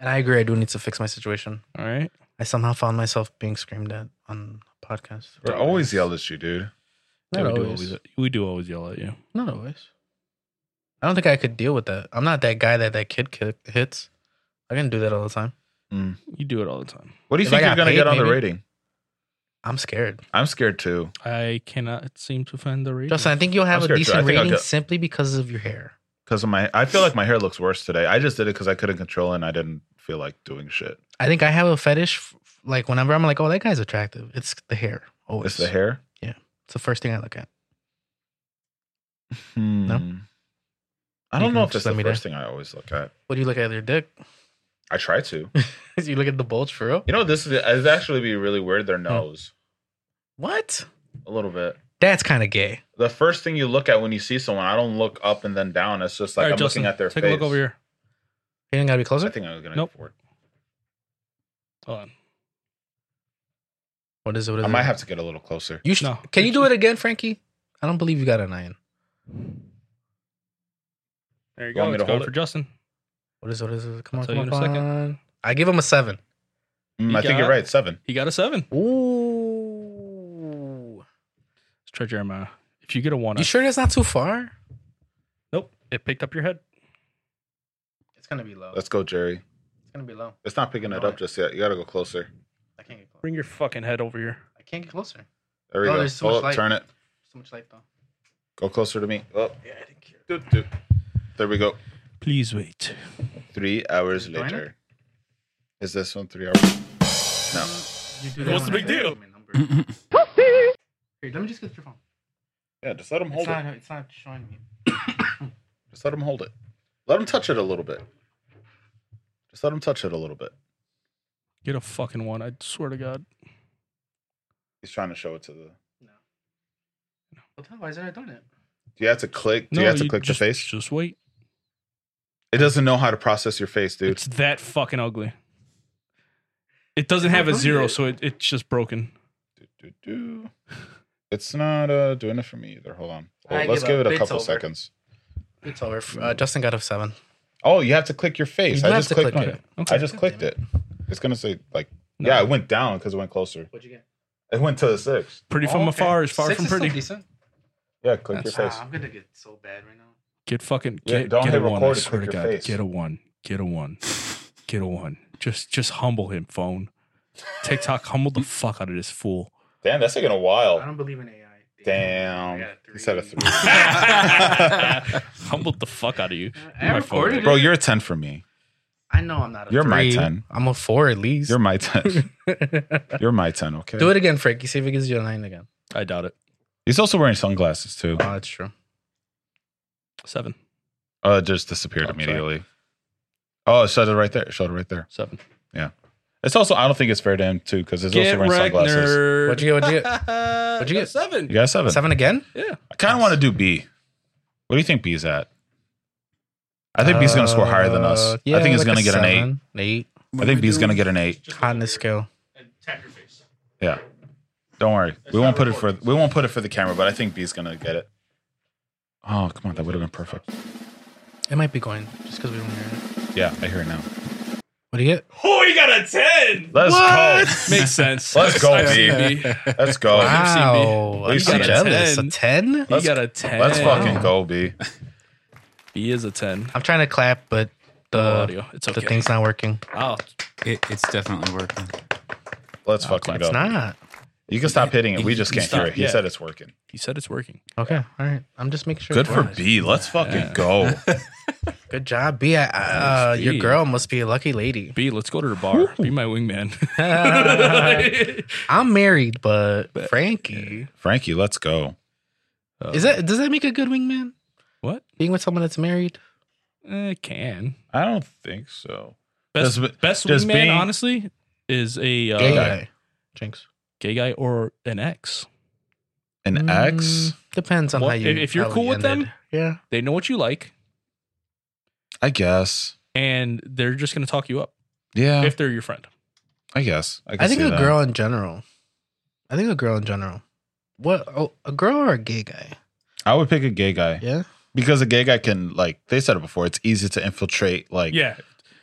C: And I agree. I do need to fix my situation.
A: All right.
C: I somehow found myself being screamed at on a podcast.
E: They always yell at you, dude.
A: Yeah,
C: Not
A: we, do
C: always.
A: always, we do always yell at you.
C: Not always. I don't think I could deal with that. I'm not that guy that that kid kick, hits. I can do that all the time.
A: You do it all the time.
E: What do you
C: If
E: think
C: I
E: you're
C: got
E: gonna
C: paid,
E: get on the
C: maybe.
E: rating?
C: I'm scared.
E: I'm scared too.
A: I cannot seem to find the reason.
C: Justin, I think you'll have
E: I'm scared
C: a
E: too. I
C: decent
E: think I'll
C: rating
E: get-
C: simply because of your hair.
E: Because of my, I feel like my hair looks worse today. I just did it because I couldn't control it and I didn't feel like doing shit.
C: I think I have a fetish. f- f- Like whenever I'm like, oh, that guy's attractive. It's the hair. Always
E: It's the hair.
C: It's the first thing I look at.
E: Hmm. I
C: You
E: don't
C: can
E: know if
C: just
E: it's
C: let
E: the
C: me
E: first thing I always look at.
C: What do you look at your dick?
E: I try to.
C: you look at the bulge for real?
E: You know, this is it'd actually be really weird. Their nose,
C: What?
E: a little bit.
C: That's kind of gay.
E: The first thing you look at when you see someone, I don't look up and then down. It's just like
A: All right,
E: I'm
A: Justin,
E: looking at their
A: take
E: face.
A: a look over here.
C: You don't gotta be closer.
E: I think I was gonna
A: Nope.
E: go for it.
A: Hold on.
C: What is it? What is
E: I
C: it?
E: might have to get a little closer.
C: You should.
A: No.
C: Can you do it again, Frankie? I don't believe you got a nine.
A: There you,
E: You
A: go.
E: want me
A: It's
E: to
A: going
E: hold
A: for Justin.
C: What is? What is it? Come on,
A: I'll tell
C: come on,
A: you
C: come
A: in a second.
C: on. I give him a seven.
E: Mm,
A: You
E: I think
A: got-
E: you're right. Seven.
A: He got a seven.
C: Ooh.
A: Let's try Jeremiah. If you get a one,
C: You
A: I-
C: sure that's not too far?
A: Nope. It picked up your head.
C: It's gonna be low.
E: Let's go, Jerry.
C: It's gonna be low.
E: It's not picking it
C: No.
E: up just yet. You gotta go closer.
C: I can't get closer.
A: Bring your fucking head over here.
C: I can't get closer.
E: There we
C: Oh,
E: go.
C: there's too
E: Pull
C: much
E: up,
C: light.
E: turn it.
C: So much light though.
E: Go closer to me. Oh,
C: Yeah, I didn't care.
E: doot, doot. There we go.
A: Please wait.
E: Three hours
C: Join it?
E: later. Is this one three hours? No.
C: You do
A: What's the big deal?
C: Here, let me just get your phone.
E: Yeah, just let him hold
C: It's
E: it.
C: not, it's not showing me.
E: Just let him hold it. Let him touch it a little bit. Just let him touch it a little bit.
A: Get a fucking one. I swear to God.
E: He's trying to show it to the.
C: Well, then why isn't it doing it?
E: Do you have to click? Do you have to click
A: just,
E: the face?
A: Just wait.
E: It doesn't know how to process your face, dude.
A: It's that fucking ugly. It doesn't have a zero, so it, it's just broken.
E: do, do. It's not uh, doing it for me either. Hold on. Well,
C: I
E: let's
C: give
E: give it
C: up.
E: a
C: It's
E: couple
C: over.
E: seconds.
C: It's over. Uh, Justin got a seven.
E: Oh, you have to click your face.
C: You
E: I
C: have
E: just
C: to
E: clicked
C: click
E: it.
C: it.
A: Okay.
E: I just
C: God
E: clicked
C: damn
E: it. It's gonna say like
A: No.
E: yeah, it went down because it went closer.
C: What'd you get?
E: It went to the six.
A: Pretty from afar Oh, is far from pretty.
C: decent.
E: Yeah, click your
C: Ah,
E: face.
C: I'm gonna get so bad right now.
A: Get fucking
E: Yeah,
A: get,
E: don't
A: get
E: hit
A: a one. I
E: record,
A: swear to
E: click
A: God,
E: your face.
A: get a one. Get a one. Get a one. Just just humble him, phone. TikTok humbled the fuck out of this fool.
E: Damn, that's taking a
C: I
E: while.
C: don't believe in AI.
E: Damn.
C: I got a
E: He said a
C: three.
E: three.
A: humbled the fuck out of you.
C: I
A: My
C: recorded
A: phone.
C: it.
E: Bro, you're a ten for me.
C: I know I'm not a
E: You're my
C: three.
E: 10.
C: I'm a four at least.
E: You're my ten.
C: Do
E: You're my ten. Okay.
C: it again, Frankie. See if it gives you a nine again.
A: I doubt it.
E: He's also wearing sunglasses too.
C: Oh, that's true.
A: Seven.
E: Oh, it just disappeared
A: Oh, sorry.
E: immediately. Oh, it showed it right there. It showed it right there.
A: Seven.
E: It's also I don't think it's fair to him too because he's also
A: Get
E: wearing
A: wrecked,
E: sunglasses.
A: nerd.
C: What'd you get? What'd you get?
A: What'd
C: you get?
A: Seven.
E: You got a seven.
C: Seven again?
A: Yeah.
E: I kind of want to do B. What do you think B's at? I think B's going to score higher than us.
C: Uh, yeah,
E: I think he's
C: like
E: going
C: a
E: to get an eight.
C: seven, Eight.
E: I think B's going to get an eight.
C: Hot in the scale.
E: Yeah. Don't worry. we won't put it for we won't put it for the camera, but I think B's going to get it. Oh, come on. That would have been perfect.
C: It might be going just because we don't hear it.
E: Yeah, I hear it now.
C: What do you get?
A: Oh, he got a ten.
E: Let's
A: Makes sense.
E: Let's go,
A: I've seen
E: B.
A: B.
E: go. Let's go.
A: Wow.
C: Wow. I'm
E: We've
C: so
E: seen it.
C: jealous. A
A: Ten.
C: 10?
A: He
E: Let's-
A: got a ten.
E: Let's fucking go, B.
A: He is a ten.
C: I'm trying to clap, but
E: Uh,
C: the,
A: No audio. It's okay.
C: the thing's not working.
A: Oh,
D: It, it's definitely working.
E: Let's fucking
C: It's
E: go.
C: not.
E: You can stop hitting it. We just
A: You
E: can't
A: stop,
E: hear it. He
A: yeah.
E: said it's working.
A: he said it's working.
C: Okay. All right. I'm just making sure.
E: Good
C: it
E: for
C: works.
E: B. Let's fucking go.
C: Good job, B. I- I- Uh,
A: Nice,
C: your
A: B.
C: girl must be a lucky lady.
A: B, let's go to the bar. Be my wingman.
C: I'm married, but Frankie.
E: Frankie, let's go.
C: Is that does that make a good wingman?
A: what?
C: Being with someone that's married?
A: Eh, can
E: I don't think so.
A: best
E: Does-
A: best
E: does
A: wingman
E: being-
A: honestly is a uh,
C: Gay
A: gay, guy.
C: guy. Jinx.
A: or an ex.
E: An X?
C: Mm, Depends on
A: Well,
C: how you
A: if- if you're
C: how
A: cool
C: we
A: with them,
C: ended. Yeah.
A: They know what you like,
E: I guess.
A: and they're just gonna talk you up
E: Yeah,
A: if they're your friend.
E: I guess. I, can
C: I think
E: see
C: a
E: that.
C: girl in general. I think a girl in general. What oh, a girl or a gay guy?
E: I would pick a gay guy
C: Yeah.
E: because a gay guy can like they said it before. It's easy to infiltrate like
A: Yeah,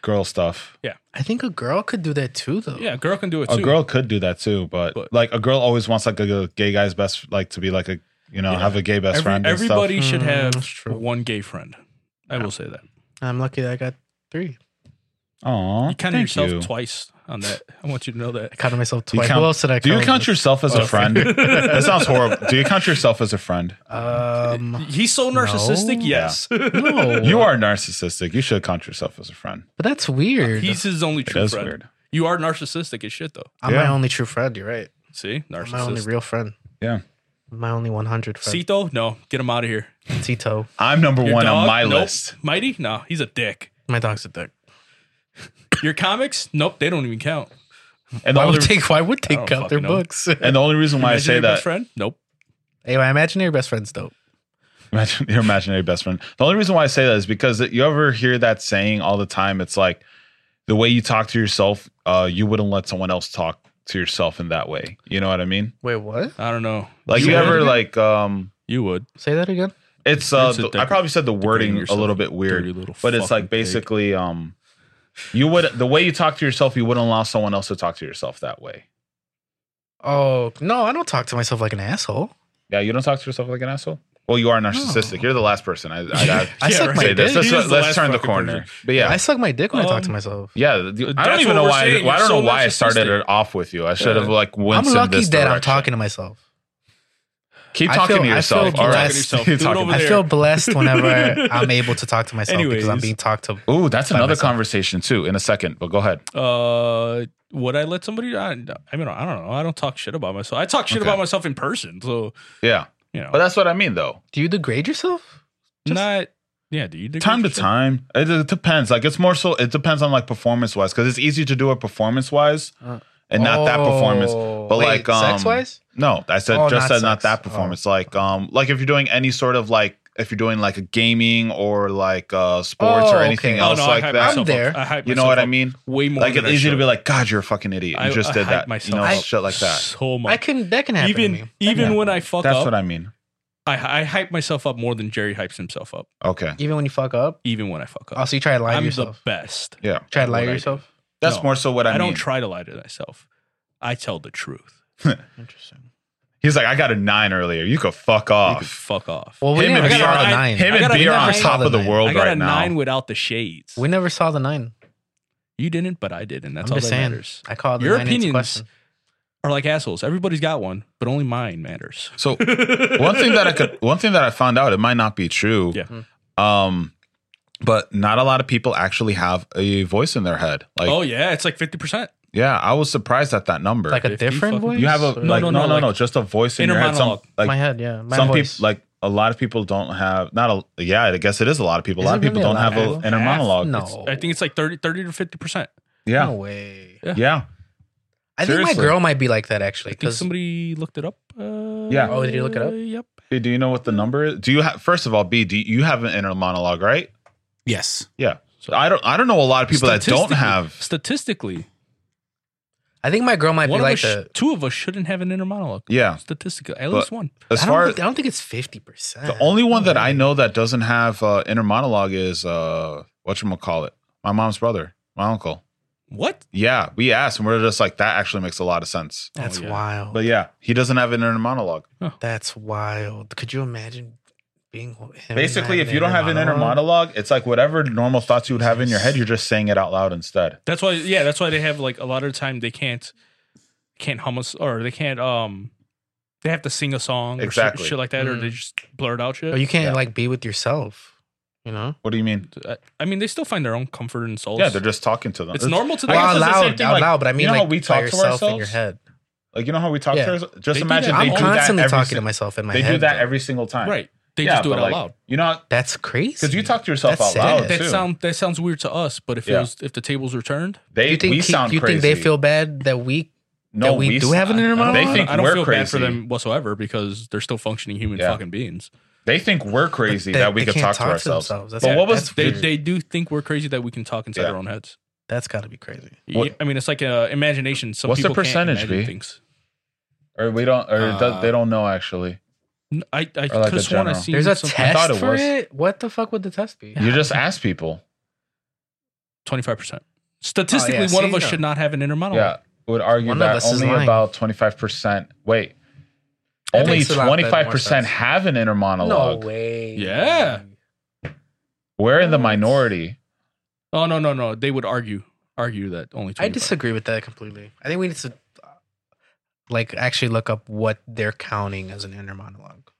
E: girl stuff.
C: I think a girl could do that too, though.
A: yeah. A girl can do it
E: A
A: too.
E: girl could do that too, but,
A: But-
E: like a girl always wants like a, gay guy's best like to be like a you know
A: Yeah.
E: have a gay best
A: Every-
E: friend. and stuff.
A: everybody should
C: Mm,
A: have
C: that's true.
A: one gay friend. I will say that.
E: Oh,
C: I'm lucky that I got three.
E: Aw,
A: You
E: thank
A: counted yourself
E: you.
A: twice on that. I want you to know that.
C: I counted myself
E: Do you
C: twice.
E: count-
C: Who else did I count?
E: Do you count yourself as
C: Oh.
E: a friend? that sounds horrible. Do you count yourself as a friend?
C: Um,
A: He's so narcissistic.
C: No.
A: Yes,
C: no.
E: You are narcissistic. You should count yourself as a friend.
C: But that's weird.
A: he's his only
E: It
A: true
E: is
A: friend.
E: weird.
A: You are narcissistic as shit, though.
C: I'm my
E: Yeah.
C: only true friend. You're right.
A: See,
C: I'm my only
A: narcissist.
C: real friend.
E: Yeah.
C: My only 100 friend.
A: Cito, no, get him out of here.
C: Tito.
E: I'm number
A: Your
E: one on
A: dog?
E: my
A: Nope.
E: list.
A: Mighty, no, he's a dick.
C: My dog's a dick.
A: Your comics, nope, they don't even count.
E: And the,
C: Why
E: only,
C: would take? Why would
A: I
C: take
A: don't
C: out their
A: fucking know.
C: books?
E: and the only reason why I say
A: Imaginary
E: that
A: best friend, nope.
C: Anyway, my imaginary best friend's dope.
E: Imagine your imaginary best friend. The only reason why I say that is because you ever hear that saying all the time. It's like the way you talk to yourself, uh, you wouldn't let someone else talk to yourself in that way. You know what I mean?
C: Wait, what?
A: I don't know.
E: Like
A: You
E: you,
A: would?
E: ever like um,
A: You would.
C: Say that again.
E: it's uh,
A: It's a
E: the-
A: deg-
E: I probably said the wording a
A: yourself,
E: little bit
A: dirty
E: weird,
A: little
E: but it's
A: fucking
E: like
A: pig.
E: basically um, you would the way you talk to yourself, you wouldn't allow someone else to talk to yourself that way.
C: Oh no, I don't talk to myself like an asshole.
E: Yeah, you don't talk to yourself like an asshole. Well, you are narcissistic.
C: No.
E: You're the last person. I, I,
C: I
A: Yeah,
C: suck
A: right.
C: my
E: I say
C: dick.
E: this. Let's,
A: He is the
E: let's
A: last
E: turn the
A: fucking
E: corner.
A: person.
E: But yeah,
C: I suck my dick when I talk to
A: Um,
C: myself.
E: Yeah, the- I
A: That's
E: don't even
A: what
E: know
A: we're
E: why.
A: saying.
E: well, I
A: You're
E: don't know
A: so
E: why I started
A: narcissistic.
E: it off with you. I should have
A: Yeah.
E: like
C: I'm
E: winced in
C: lucky
E: this
C: that I'm
E: direction.
C: talking to myself.
E: Keep
C: I
E: talking
C: feel-
E: to
C: I
E: yourself.
C: feel
E: All
C: blessed.
E: right.
A: Talking to yourself.
E: Keep
A: Do it
E: talking
A: over
E: to
C: I
A: there.
C: feel blessed whenever I'm able to talk to myself because I'm
A: Anyways.
C: being talked to.
E: myself. Ooh, that's
C: by
E: another
C: myself.
E: conversation too. In a second, but go ahead.
A: Uh, would I let somebody? I, I mean, I don't know. I don't talk shit about myself. I talk shit
E: Okay.
A: about myself in person, so
E: Yeah,
A: you know,
E: but that's what I mean though.
C: Do you degrade yourself? just-
A: not. Yeah, do you dig
E: Time to
A: with shit?
E: time, it, it depends. Like it's more so. It depends on like performance wise, because it's easy to do it performance wise,
C: Uh,
E: and not that performance.
C: Oh.
E: but
C: Wait,
E: like, um,
C: sex wise,
E: No, I said
C: Oh,
E: just
C: not
E: said not
C: sex.
A: Oh,
E: that performance. Like um, like if you're doing any sort of like if you're doing like a gaming or like uh sports
C: Oh,
E: or anything
C: okay.
A: Oh,
E: else
A: no, I
E: like
A: hype
E: that.
A: myself up.
C: there.
A: I hype
E: You know
A: myself
E: what I
A: up
E: mean?
A: Way more.
E: Like
A: than
E: it's
A: I
E: easy to
A: should.
E: be like, God, you're a fucking idiot. You
A: I-
E: just
A: I
E: did
A: hype
E: that. You
A: myself
E: know,
A: up
E: shit like that.
A: So much.
C: I can that can happen to
A: even
C: me.
A: even
C: Yeah.
A: when I fuck
E: That's
A: up,
E: what I mean.
A: I, I hype myself up more than Jerry hypes himself up.
E: Okay.
C: Even when you fuck up,
A: Even when I fuck up,
C: oh, so you try to lie to
A: I'm
C: yourself.
A: the best.
E: Yeah.
C: try to lie
A: what
C: to
A: I
C: yourself.
E: That's
A: No,
E: more so what I,
A: I, don't
E: mean.
A: try to lie to myself. I tell the truth.
C: Interesting.
E: He's like, I got a nine earlier. You could fuck
A: You can
E: off.
A: fuck off.
C: Well, we
E: Him
C: never
E: and
A: I
C: saw
A: got a
C: the
A: nine.
C: nine.
E: Him
A: I
E: and
A: got a
E: B are on
A: nine.
E: top of the world
A: I got
E: right
A: a nine
E: now.
A: without the shades.
C: We never saw the nine.
A: you didn't, but I did, and that's
C: I'm
A: all
C: just
A: that
C: saying.
A: matters.
C: I called
A: Your
C: the nine into
A: opinions-
C: question.
A: Are like assholes. Everybody's got one, but only mine matters.
E: So one thing that I could one thing that I found out, it might not be true.
A: Yeah.
C: Hmm.
E: Um, but not a lot of people actually have a voice in their head. Like
A: oh yeah, it's like fifty percent.
E: yeah, I was surprised at that number.
C: Like a
A: If you
C: different
A: fucking-
C: voice.
E: you have a
C: Or-
E: like
A: no,
E: no no no,
A: no, like,
E: just a voice in
A: inner
E: your head. Some,
A: monologue.
E: like
C: my head. Yeah, my
E: some
C: voice.
E: people like a lot of people don't have not a yeah, I guess it is a lot of people. A
C: Is
E: lot
C: it
E: of people
C: really a
E: don't have
C: lot of
E: an
C: people?
E: inner
C: Half?
E: monologue.
C: No,
E: It's-
A: I think it's like 30, 30 to fifty percent.
E: yeah.
C: no way.
A: Yeah.
E: Yeah.
C: I think my
E: Seriously.
C: girl might be like that actually.
A: I think
C: Because
A: somebody looked it up. Uh,
E: Yeah.
C: Oh, did you look it up?
A: Yep.
E: Hey, do you know what the number is? Do you have first of all, B, do you have an inner monologue, right?
D: Yes.
E: Yeah. So I don't I don't know a lot of people that don't
A: Statistically-
E: have
A: statistically
C: I think my girl might be
A: one of
C: like
A: us,
C: that.
A: two of us shouldn't have an inner monologue.
E: Yeah.
A: Statistically, at
E: But-
A: least one.
E: As
C: I don't,
E: far
C: think, I don't think it's fifty percent.
E: the only one that I know that doesn't have uh, inner monologue is uh whatchamacallit, my mom's brother, my uncle.
A: What?
E: Yeah, we asked and we're just like that actually makes a lot of sense.
C: That's
A: Oh, yeah.
C: wild.
E: But yeah, he doesn't have an inner monologue.
C: That's wild. Could you imagine being him and
E: Basically,
C: having
E: if you don't have an inner monologue, it's like whatever normal thoughts you would have in your head, you're just saying it out loud instead.
A: That's why. Yeah, that's why they have like a lot of the time they can't can't hummus or they can't um they have to sing a song or
E: Exactly.
A: shit, shit like that or
C: Mm.
A: they just blurt out shit.
C: or you can't
E: Yeah.
C: like be with yourself. You know,
E: What do you mean?
A: I- I mean, they still find their own comfort and solace.
E: Yeah, they're just talking to them.
A: it's normal to them.
E: guess
C: well, out
E: it's the same
C: loud,
E: thing,
C: out
E: like,
C: loud. But I mean,
E: you know how
C: like
E: we
C: by
E: talk to
C: yourself in
E: ourselves?
C: your head.
E: Like you know how we talk
C: Yeah.
E: to ourselves? Just
A: They do
E: imagine
A: that
E: they
A: all
E: do
A: the time.
C: I'm
E: that
C: constantly
E: every
C: talking
E: si-
C: to myself in my
E: They
C: head.
E: do that
C: though.
E: every single time.
A: right. They
E: Yeah,
A: just do it
E: but,
A: out
E: like,
A: loud.
E: You know,
C: That's crazy.
E: because you talk to yourself
C: That's
E: out loud
C: sad.
A: That
E: too.
A: sound that sounds weird to us, but if it
E: Yeah.
A: was if the tables were turned,
E: they
C: Do you think
E: we
C: he-
E: sound
C: do you
E: crazy.
C: think they feel bad that we
E: no,
C: that we do
E: s-
C: have an
A: I-
C: inner
A: I don't-
C: monologue?
E: They think
A: I don't
E: we're
A: feel bad for
E: crazy.
A: them whatsoever because they're still functioning human
E: Yeah.
A: fucking beings.
E: They think we're crazy
C: They-
E: that we
C: they
E: could
C: can't
E: talk, to ourselves.
C: themselves. That's,
E: But what was-
C: that's
A: They
C: weird.
A: they do think we're crazy that we can talk inside
E: Yeah.
A: our own heads.
C: That's got to be crazy.
E: What-
A: I mean, it's like uh, imagination. Some
E: What's the
A: people
E: percentage,
A: can't imagine
E: B?
A: things.
E: Or we don't. Or it does-
D: Uh,
E: they don't know actually.
A: N- I, I
E: Or
A: could
E: like
A: have
E: a
A: sworn I
E: general.
A: seen
C: There's a
A: some
E: I thought
C: test
E: it
C: for
E: was.
C: it. What the fuck would the test be?
E: You just ask people.
A: 25%. Statistically,
C: Oh, yeah,
A: one
C: see,
A: of us
C: no.
A: should not have an inner monologue.
E: Yeah, would argue
C: One of
E: that
C: us is
E: only
C: lying.
E: about twenty five percent. Wait,
C: That
E: only
C: makes a lot
E: twenty five percent
C: more sense.
E: have an inner
C: No
E: monologue.
C: way.
A: Yeah.
E: We're in the
C: What?
E: minority.
A: Oh, no, no, no. They would argue argue that only 25
C: I disagree with that completely. I think we need to uh, like actually look up what they're counting as an inner monologue.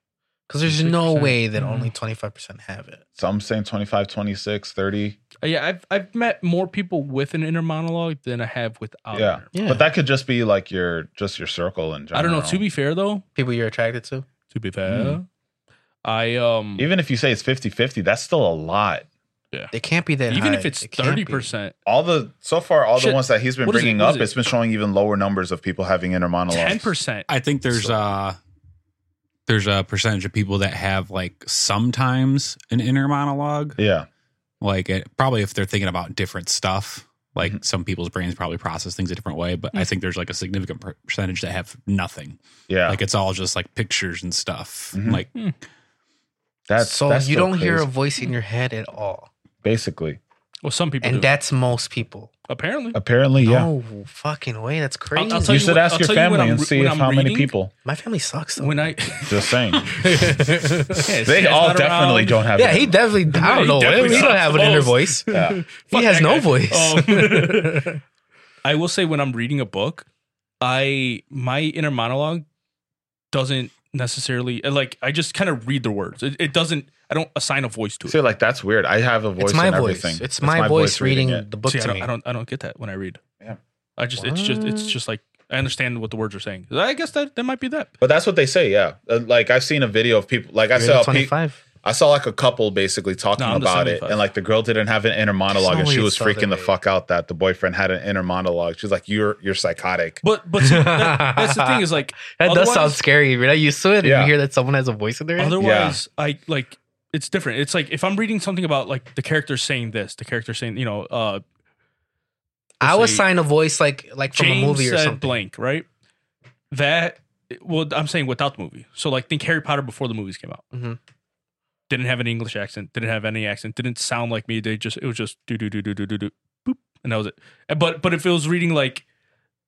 C: Because there's no
A: 26%.
C: way that
E: Mm.
C: only 25% have it.
E: Some saying 25, 26, 30.
A: Yeah, I've, I've met more people with an inner monologue than I have without. an
E: Yeah.
A: inner-
C: Oh, Yeah.
E: But that could just be like your just your circle in
A: I
E: general. Hmm.
A: don't know. To be fair, though,
C: People you're attracted to?
A: to be fair, I, um, even,
E: even if you say it's 50-50, that's still a lot.
C: They can't be that high.
A: if it's
C: They can't be.
A: 30%,
E: All the so far, all
A: Shit.
E: the ones that he's been
A: What is it?
E: bringing
A: What is
E: up,
A: it?
E: it's been showing even lower numbers of people having inner monologues.
A: 10%.
D: I think there's
E: So-
D: uh there's a percentage of people that have like sometimes an inner monologue.
E: Yeah,
D: Like it, probably if they're thinking about different stuff. Like
E: Mhm.
D: some people's brains probably process things a different way, but I think there's like a significant per- percentage that have nothing.
E: yeah.
D: Like it's all just like pictures and stuff.
E: Mhm.
D: Like
E: that's
C: so
E: that's
C: you
E: still
C: don't hear a
E: crazy,
C: voice in your head at all.
E: basically.
A: Well, some people do.
C: And that's most people.
A: Apparently.
E: Apparently, yeah.
C: No fucking way. That's
A: I'll
C: crazy.
A: tell
E: you
A: you
E: should
A: what-
E: ask
A: I'll
E: your
A: tell you when
E: family
A: I'm
E: and
A: re-
E: see
A: when
E: if
A: I'm
E: how many
A: reading-
E: people.
C: My family sucks though.
A: When I.
E: Just saying,
A: Yeah,
E: they all
A: not
E: definitely
A: around.
E: don't have.
C: yeah,
E: inner
C: he definitely.
A: He
C: I don't know.
A: definitely
C: He don't
A: sucks
C: have an
A: the
C: inner
A: most.
C: voice.
E: Yeah.
C: He
A: Fuck
C: has
A: that
C: no
A: guy.
C: voice.
A: Um, I will say when I'm reading a book, I my inner monologue doesn't necessarily uh, like I just kind of read the words. It, it doesn't. I don't assign a voice to it.
E: See, like that's weird. I have a voice.
C: it's my
E: in
C: voice.
E: Everything.
C: It's my, voice reading,
E: it.
C: the book
A: See, I
C: to me.
A: don't, I don't. I don't get that when I read.
E: Yeah.
A: I just. It's just. It's
C: What?
A: just like I understand what the words are saying. I guess that that might be that.
E: But that's what they say. Yeah, Uh, like I've seen a video of people. Like I
C: You're the
E: saw, a pe-
C: 25.
E: I saw like a couple basically talking
A: No, I'm the
E: about it,
A: 75.
E: and like the girl didn't have an inner monologue,
C: no
E: and
C: way
E: she was
C: it's the other
E: freaking the
C: way.
E: fuck out that the boyfriend had an inner monologue. She's like, "You're you're psychotic."
A: But but see, that, that's the thing is like
C: That does sound
A: Otherwise-
C: scary. You're not used to it, and
E: Yeah.
C: you hear that someone has a voice in their head.
A: otherwise I like it's different. It's like if I'm reading something about like the character saying this, the character saying, you know, uh
C: I would
A: say-
C: sign a voice like like from
A: James
C: a movie or
A: said
C: something.
A: blank, right? That well, I'm saying without the movie. So like think Harry Potter before the movies came out.
C: Mhm.
A: Didn't have an English accent. Didn't have any accent. Didn't sound like me. They just it was just do do do do do do do boop, and that was it. But but if it was reading like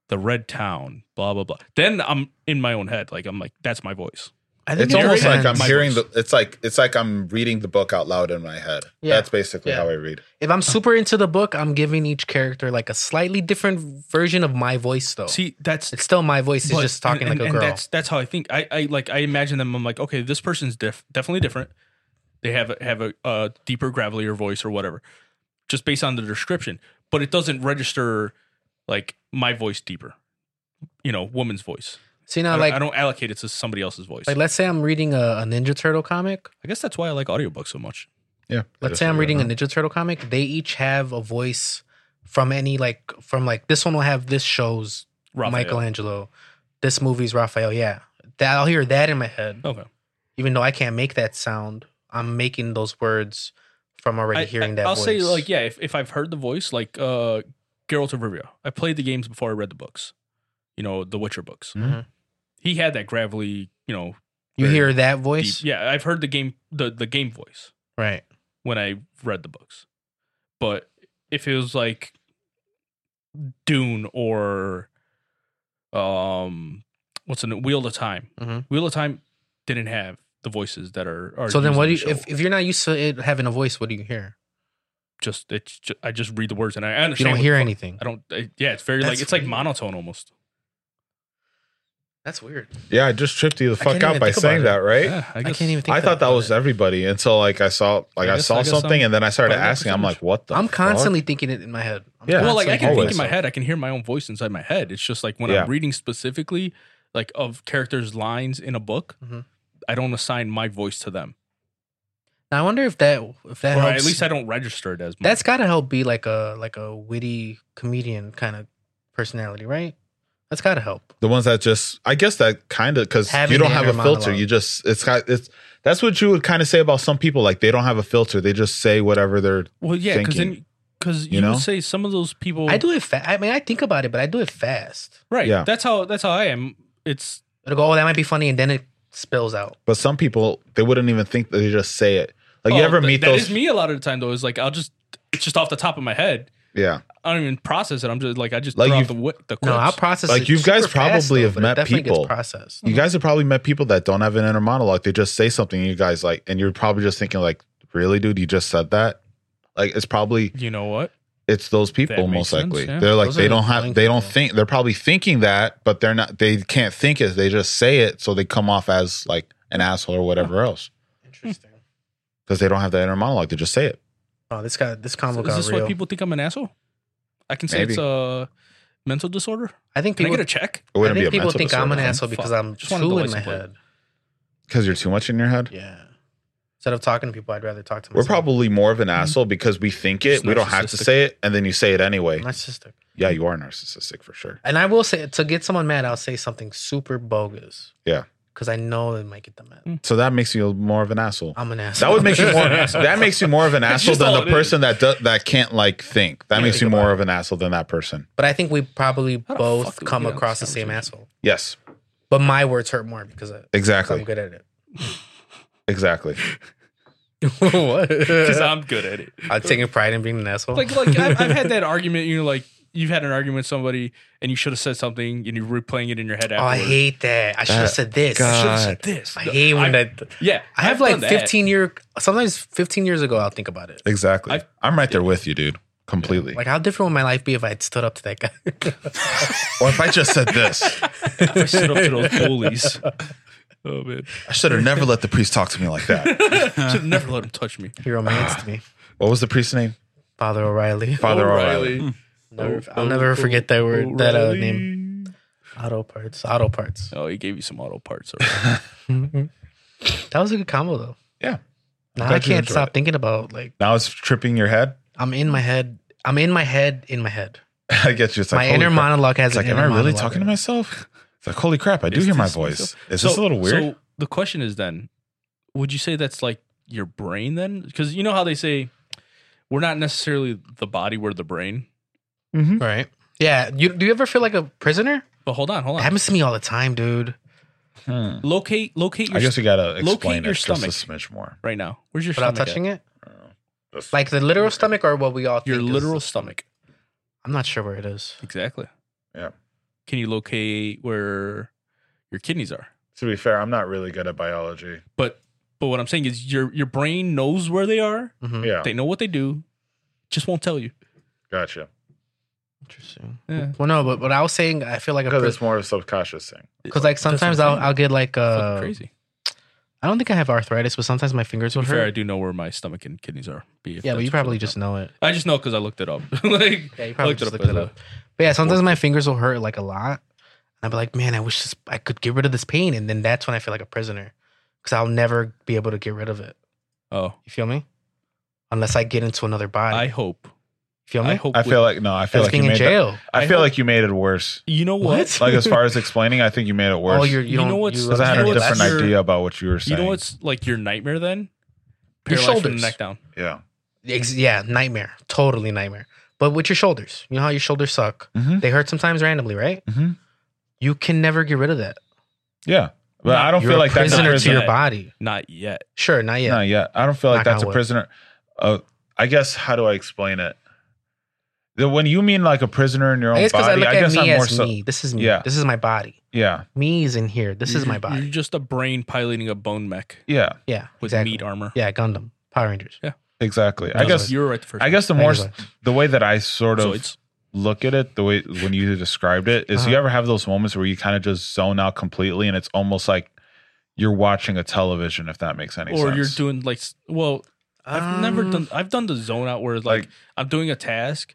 A: the Red Town, blah blah blah, then I'm in my own head. Like I'm like that's my voice.
C: I think
E: It's
C: it
E: almost like I'm
C: depends.
E: hearing the. It's like it's like I'm reading the book out loud in my head.
C: Yeah.
E: That's basically
C: Yeah.
E: how I read.
C: If I'm super into the book, I'm giving each character like a slightly different version of my voice though.
A: See, that's
C: it's still my voice. It's
A: But-
C: just talking
A: and- and-
C: like a
A: and
C: girl.
A: that's that's how I think. I, I like I imagine them. I'm like, okay, this person's diff- definitely different. They have a, have a, a deeper, gravelier voice or whatever, just based on the description. But it doesn't register like my voice deeper. You know, woman's voice.
C: See
A: I
C: now,
A: don't,
C: like
A: I don't allocate it to somebody else's voice.
C: like let's say I'm reading a, a Ninja Turtle comic.
A: I guess that's why I like audiobooks so much.
E: Yeah.
C: Let's say I'm reading a Ninja Turtle comic. They each have a voice from any like from like this one will have this show's
A: Raphael.
C: Michelangelo, this movie's Raphael. Yeah, that I'll hear that in my head,
A: Okay.
C: even though I can't make that sound. I'm making those words from already
A: I,
C: hearing
A: I-
C: that.
A: I'll
C: voice.
A: say like yeah, if, if I've heard the voice, like uh Geralt of Rivia. I played the games before I read the books. You know, the Witcher books.
C: Mhm.
A: He had that gravelly, you know,
C: you
A: very
C: hear that
A: deep-
C: voice,
A: Yeah, I've heard the game the, the game voice
C: right?
A: when I read the books. But if it was like Dune or um what's in Wheel of Time.
C: Mhm.
A: Wheel of Time didn't have the voices that are, are
C: So then,
A: used
C: what
A: in
C: do you
A: the show.
C: if, if you're not used to it having a voice? What do you hear?
A: just it's ju- I just read the words and I I
C: You
A: understand
C: don't
A: what
C: hear
A: the fuck-
C: anything.
A: I don't. I, yeah, it's very
C: That's
A: like it's like
C: weird.
A: monotone almost.
C: That's weird.
E: Yeah, I just tripped you the
C: I
E: fuck
C: can't
E: out
C: even
E: by
C: think
E: saying that,
C: about
E: right?
A: Yeah,
C: I, can't even. think
E: I thought that
C: about
E: was
C: it.
E: everybody until like I saw like
A: I
E: I,
A: guess-
E: saw
A: I guess I'm
E: something and then I started
A: probably
E: asking. I'm like, what the?
C: I'm
E: fuck?
C: constantly thinking it in my head. I'm
E: Yeah.
A: Well, like I
C: constantly
A: can
E: Always.
A: think in my head. I can hear my own voice inside my head. It's just like when
E: Yeah.
A: I'm reading specifically, like of characters' lines in a book,
E: Mm-hmm.
C: Mhm.
A: I don't assign my voice to them,
C: Now, I wonder if that if that
A: or
C: helps.
A: at least I don't register it as. Much.
C: That's gotta help be like a like a witty comedian kind of personality, right? That's gotta help.
E: the ones that just I guess that kind of because
C: Having
E: you don't
C: the
E: have a
C: inner
E: filter.
C: monologue.
E: You just it's got it's that's what you would kind of say about some people. Like they don't have a filter. They just say whatever they're.
A: well, yeah, because then
E: thinking,
A: because you,
E: you know?
A: would say some of those people.
C: I do it fast. I mean, I think about it, but I do it fast.
A: right.
E: yeah.
A: That's how that's how I am. It's
C: It'll go, oh, that might be funny, and then it spills out.
E: But some people they wouldn't even think that they just say it. Like you
A: oh,
E: ever
A: th-
E: meet
A: that
E: those?
A: is me a lot of the time though. Is like I'll just it's just off the top of my head.
E: Yeah,
A: I don't even process it. I'm just like I just
E: Like
A: throw out
E: you've-
A: the wi- the
C: No, I'll
A: quips.
C: process.
E: Like,
C: it
E: you guys
C: super fast,
E: probably
C: though,
E: have
C: but it
E: met
C: definitely
E: people.
C: Gets processed.
A: Uh-huh.
E: you guys have probably met people that don't have an inner monologue. They just say something. and You guys like, and you're probably just thinking like, really, dude, you just said that. Like it's probably
A: You know what?
E: it's those people
A: makes
E: most
A: sense,
E: likely.
A: yeah.
E: They're like
C: Those are
E: they
C: the
E: don't have
C: annoying
E: they don't
C: people.
E: think they're probably thinking that, but they're not they can't think it. They just say it so they come off as like an asshole or whatever else
C: Interesting.
E: because they don't have that inner monologue. They just say it.
C: Oh, this guy, this combo
A: is
C: got
A: this
C: real.
A: why people think I'm an asshole? I can say it's
E: Maybe.
A: a mental disorder.
C: I think
A: Can I
C: people.
A: get a check?
E: It
C: I
E: wouldn't be
C: think
E: a
C: people
E: mental
C: think I'm an asshole
A: Fuck.
C: because I'm
A: Just wanted to
C: too in
A: light
C: my
A: some blood.
C: head.
E: because you're too much in your head.
C: Yeah. Instead of talking to people, I'd rather talk to
E: We're
C: myself.
E: probably more of an
C: Mm-hmm.
E: asshole because we think
A: It's
E: it. We don't have to
A: narcissistic.
E: say it, and then you say it anyway.
C: narcissistic.
E: Yeah, you are narcissistic for sure.
C: And I will say to get someone mad, I'll say something super bogus.
E: Yeah.
C: Because I know it might get them mad.
E: So that makes you more of an asshole.
C: Mm. I'm an asshole.
E: That would make you more. that makes you more of an asshole
A: just
E: than
A: all
E: the
A: it is.
E: person that does, that can't like think. That
C: Yeah,
E: makes you
C: think about
E: more
C: it.
E: of an asshole than that person.
C: But I think we probably
A: How the fuck
C: both
A: did we
C: come
A: get on
C: across the
A: this
C: same
A: conversation?
C: asshole.
E: Yes,
C: But my words hurt more because I, 'cause I'm
E: exactly,
C: good at it.
E: exactly.
C: what?
A: Because I'm good at it.
C: I'm taking pride in being an asshole.
A: Like, like I've, I've had that argument. You know, like you've had an argument with somebody, and you should have said something, and you're replaying it in your head.
C: oh, I
A: Afterwards.
C: hate that. I should have said this.
A: I
C: I,
A: should
C: should've
A: have
C: said-
A: said this.
C: I hate when
A: I,
C: that.
A: yeah,
C: I have
A: I've
C: like
A: done that.
C: 15 year, sometimes 15 years ago, I'll think about it.
E: Exactly.
A: I've-
E: i am right there with you, dude. Completely.
C: Like, how different would my life be if I had stood up to that guy?
E: or if I just said this,
A: I stood up to those bullies. Oh man,
E: I should have never let the priest talk to me like that.
A: should have never let him touch me.
C: he romanced me.
E: What was the priest's name?
C: Father O'Reilly.
E: Father
A: Oh,
E: O'Reilly.
C: Never- I'll never forget that word, that uh, name.
A: name.
C: Auto parts. Auto parts.
A: Oh, he gave you some auto parts.
C: That was a good combo though.
E: Yeah.
C: Now
E: glad
C: I
E: you
C: can't
E: enjoyed
C: stop
E: it.
C: thinking about like
E: Now it's tripping your head.
C: I'm in my head. I'm in my head. In my head.
E: I get you. It's like,
C: my
E: holy
C: inner
E: crap.
C: monologue has
E: It's like,
C: an
E: am I
C: inner
E: really
C: monologue.
E: talking to myself? It's like, holy crap, I do
A: Is
E: hear my
A: this
E: voice.
A: myself?
E: Is this a little weird?
A: So the question is then, would you say that's like your brain then? Because you know how they say we're not necessarily the body, we're the brain.
C: Right. Yeah. You, do you ever feel like a prisoner?
A: But hold on, hold
C: It
A: on.
C: happens to me all the time, dude.
A: Locate, locate
H: I
A: your
H: guess you gotta
A: hmm. locate
H: explain
A: your
H: it just a
A: stomach.
H: smidge more.
A: right now. Where's your
C: Without
A: stomach? at?
C: touching it?
H: Just-
C: Like the literal stomach or what we all
A: your
C: think is-
A: literal stomach.
C: I'm not sure where it is.
A: Exactly.
H: Yeah.
A: Can you locate where your kidneys are?
H: to be fair, I'm not really good at biology.
A: But but what I'm saying is your your brain knows where they are.
C: Mhm.
H: Yeah,
A: They know what they do. Just won't tell you.
H: gotcha.
C: Interesting.
A: Yeah.
C: Well, no, but what I was saying, I feel like a
H: Because
C: prisoner.
H: it's more of a subconscious thing.
C: Because like sometimes I'll, I'll get like
A: Fucking
C: uh,
A: crazy.
C: I don't think I have arthritis, but sometimes my fingers
A: To
C: will
A: be fair, I
C: hurt.
A: do know where my stomach and kidneys are. if
C: Yeah, but
A: that's
C: you
A: what
C: probably
A: looking
C: just know it.
A: up. I just know because I looked it up. like
C: Yeah, you
A: I
C: probably
A: looked
C: just
A: it up.
C: looked it
A: as
C: up. But yeah, sometimes my fingers will hurt like a lot, and I'll be like, man, I wish this, I could get rid of this pain, and then that's when I feel like a prisoner because I'll never be able to get rid of it.
A: a- Oh,
C: You feel me? Unless I get into another body.
A: I
C: you
A: hope.
C: feel me?
A: I hope.
E: I
A: we-
E: feel like no. I feel like
C: That's
E: you
C: being in
E: made. That,
C: jail.
E: I
A: I
E: feel
A: hope-
E: like you made it worse.
A: you know what?
C: What?
E: Like as far as explaining, I think you made it worse.
C: Oh, you're, you,
A: You know
C: don't.
A: what's-
C: you-
E: because I had
A: you
E: a
A: know what's
E: different
A: your-
E: idea about what you were
A: You
E: saying.
A: know what's like your nightmare then?
C: Your
A: Paralyzed from
C: shoulders.
A: the neck down.
E: Yeah.
C: Ex- yeah, nightmare. Totally nightmare. But with your shoulders, you know how your shoulders suck.
E: Mhm.
C: They hurt sometimes randomly, right?
E: Mhm.
C: You can never get rid of that.
E: Yeah. But I don't
C: You're
E: feel
C: a
E: like that's a
C: prisoner to
E: prisoner.
C: your
A: Yeah.
C: body.
A: Not yet.
C: Sure, not yet.
E: No, yeah. I don't feel like
C: Knock
E: that's
C: on
E: a
C: wood.
E: prisoner. Uh, I guess how do I explain it? The, when you mean like a prisoner in your own
C: I guess because I
E: body,
C: look
E: I,
C: at
E: guess
C: me
E: I'm more
C: as
E: so.
C: me. This is me.
E: Yeah.
C: This is my body.
E: Yeah,
C: Me is in here. This is
A: You're-
C: my body.
A: You're just a brain piloting a bone mech
E: yeah,
C: Yeah,
A: with
C: exactly.
A: meat armor.
C: Yeah, Gundam, Power Rangers.
E: exactly. I
C: That's
E: guess
C: what-
A: you were right the first.
E: I
A: time.
E: guess the more s-
C: Anyway.
E: the way that I sort of
A: Zoids.
E: look at it, the way when you described it, is
C: Uh-huh.
E: you ever have those moments where you kind of just zone out completely, and it's almost like you're watching a television, if that makes any
A: or
E: sense.
A: you're doing like s- well i've never
C: Um,
A: done i've done the zone out where like,
E: Like-
A: i'm doing a task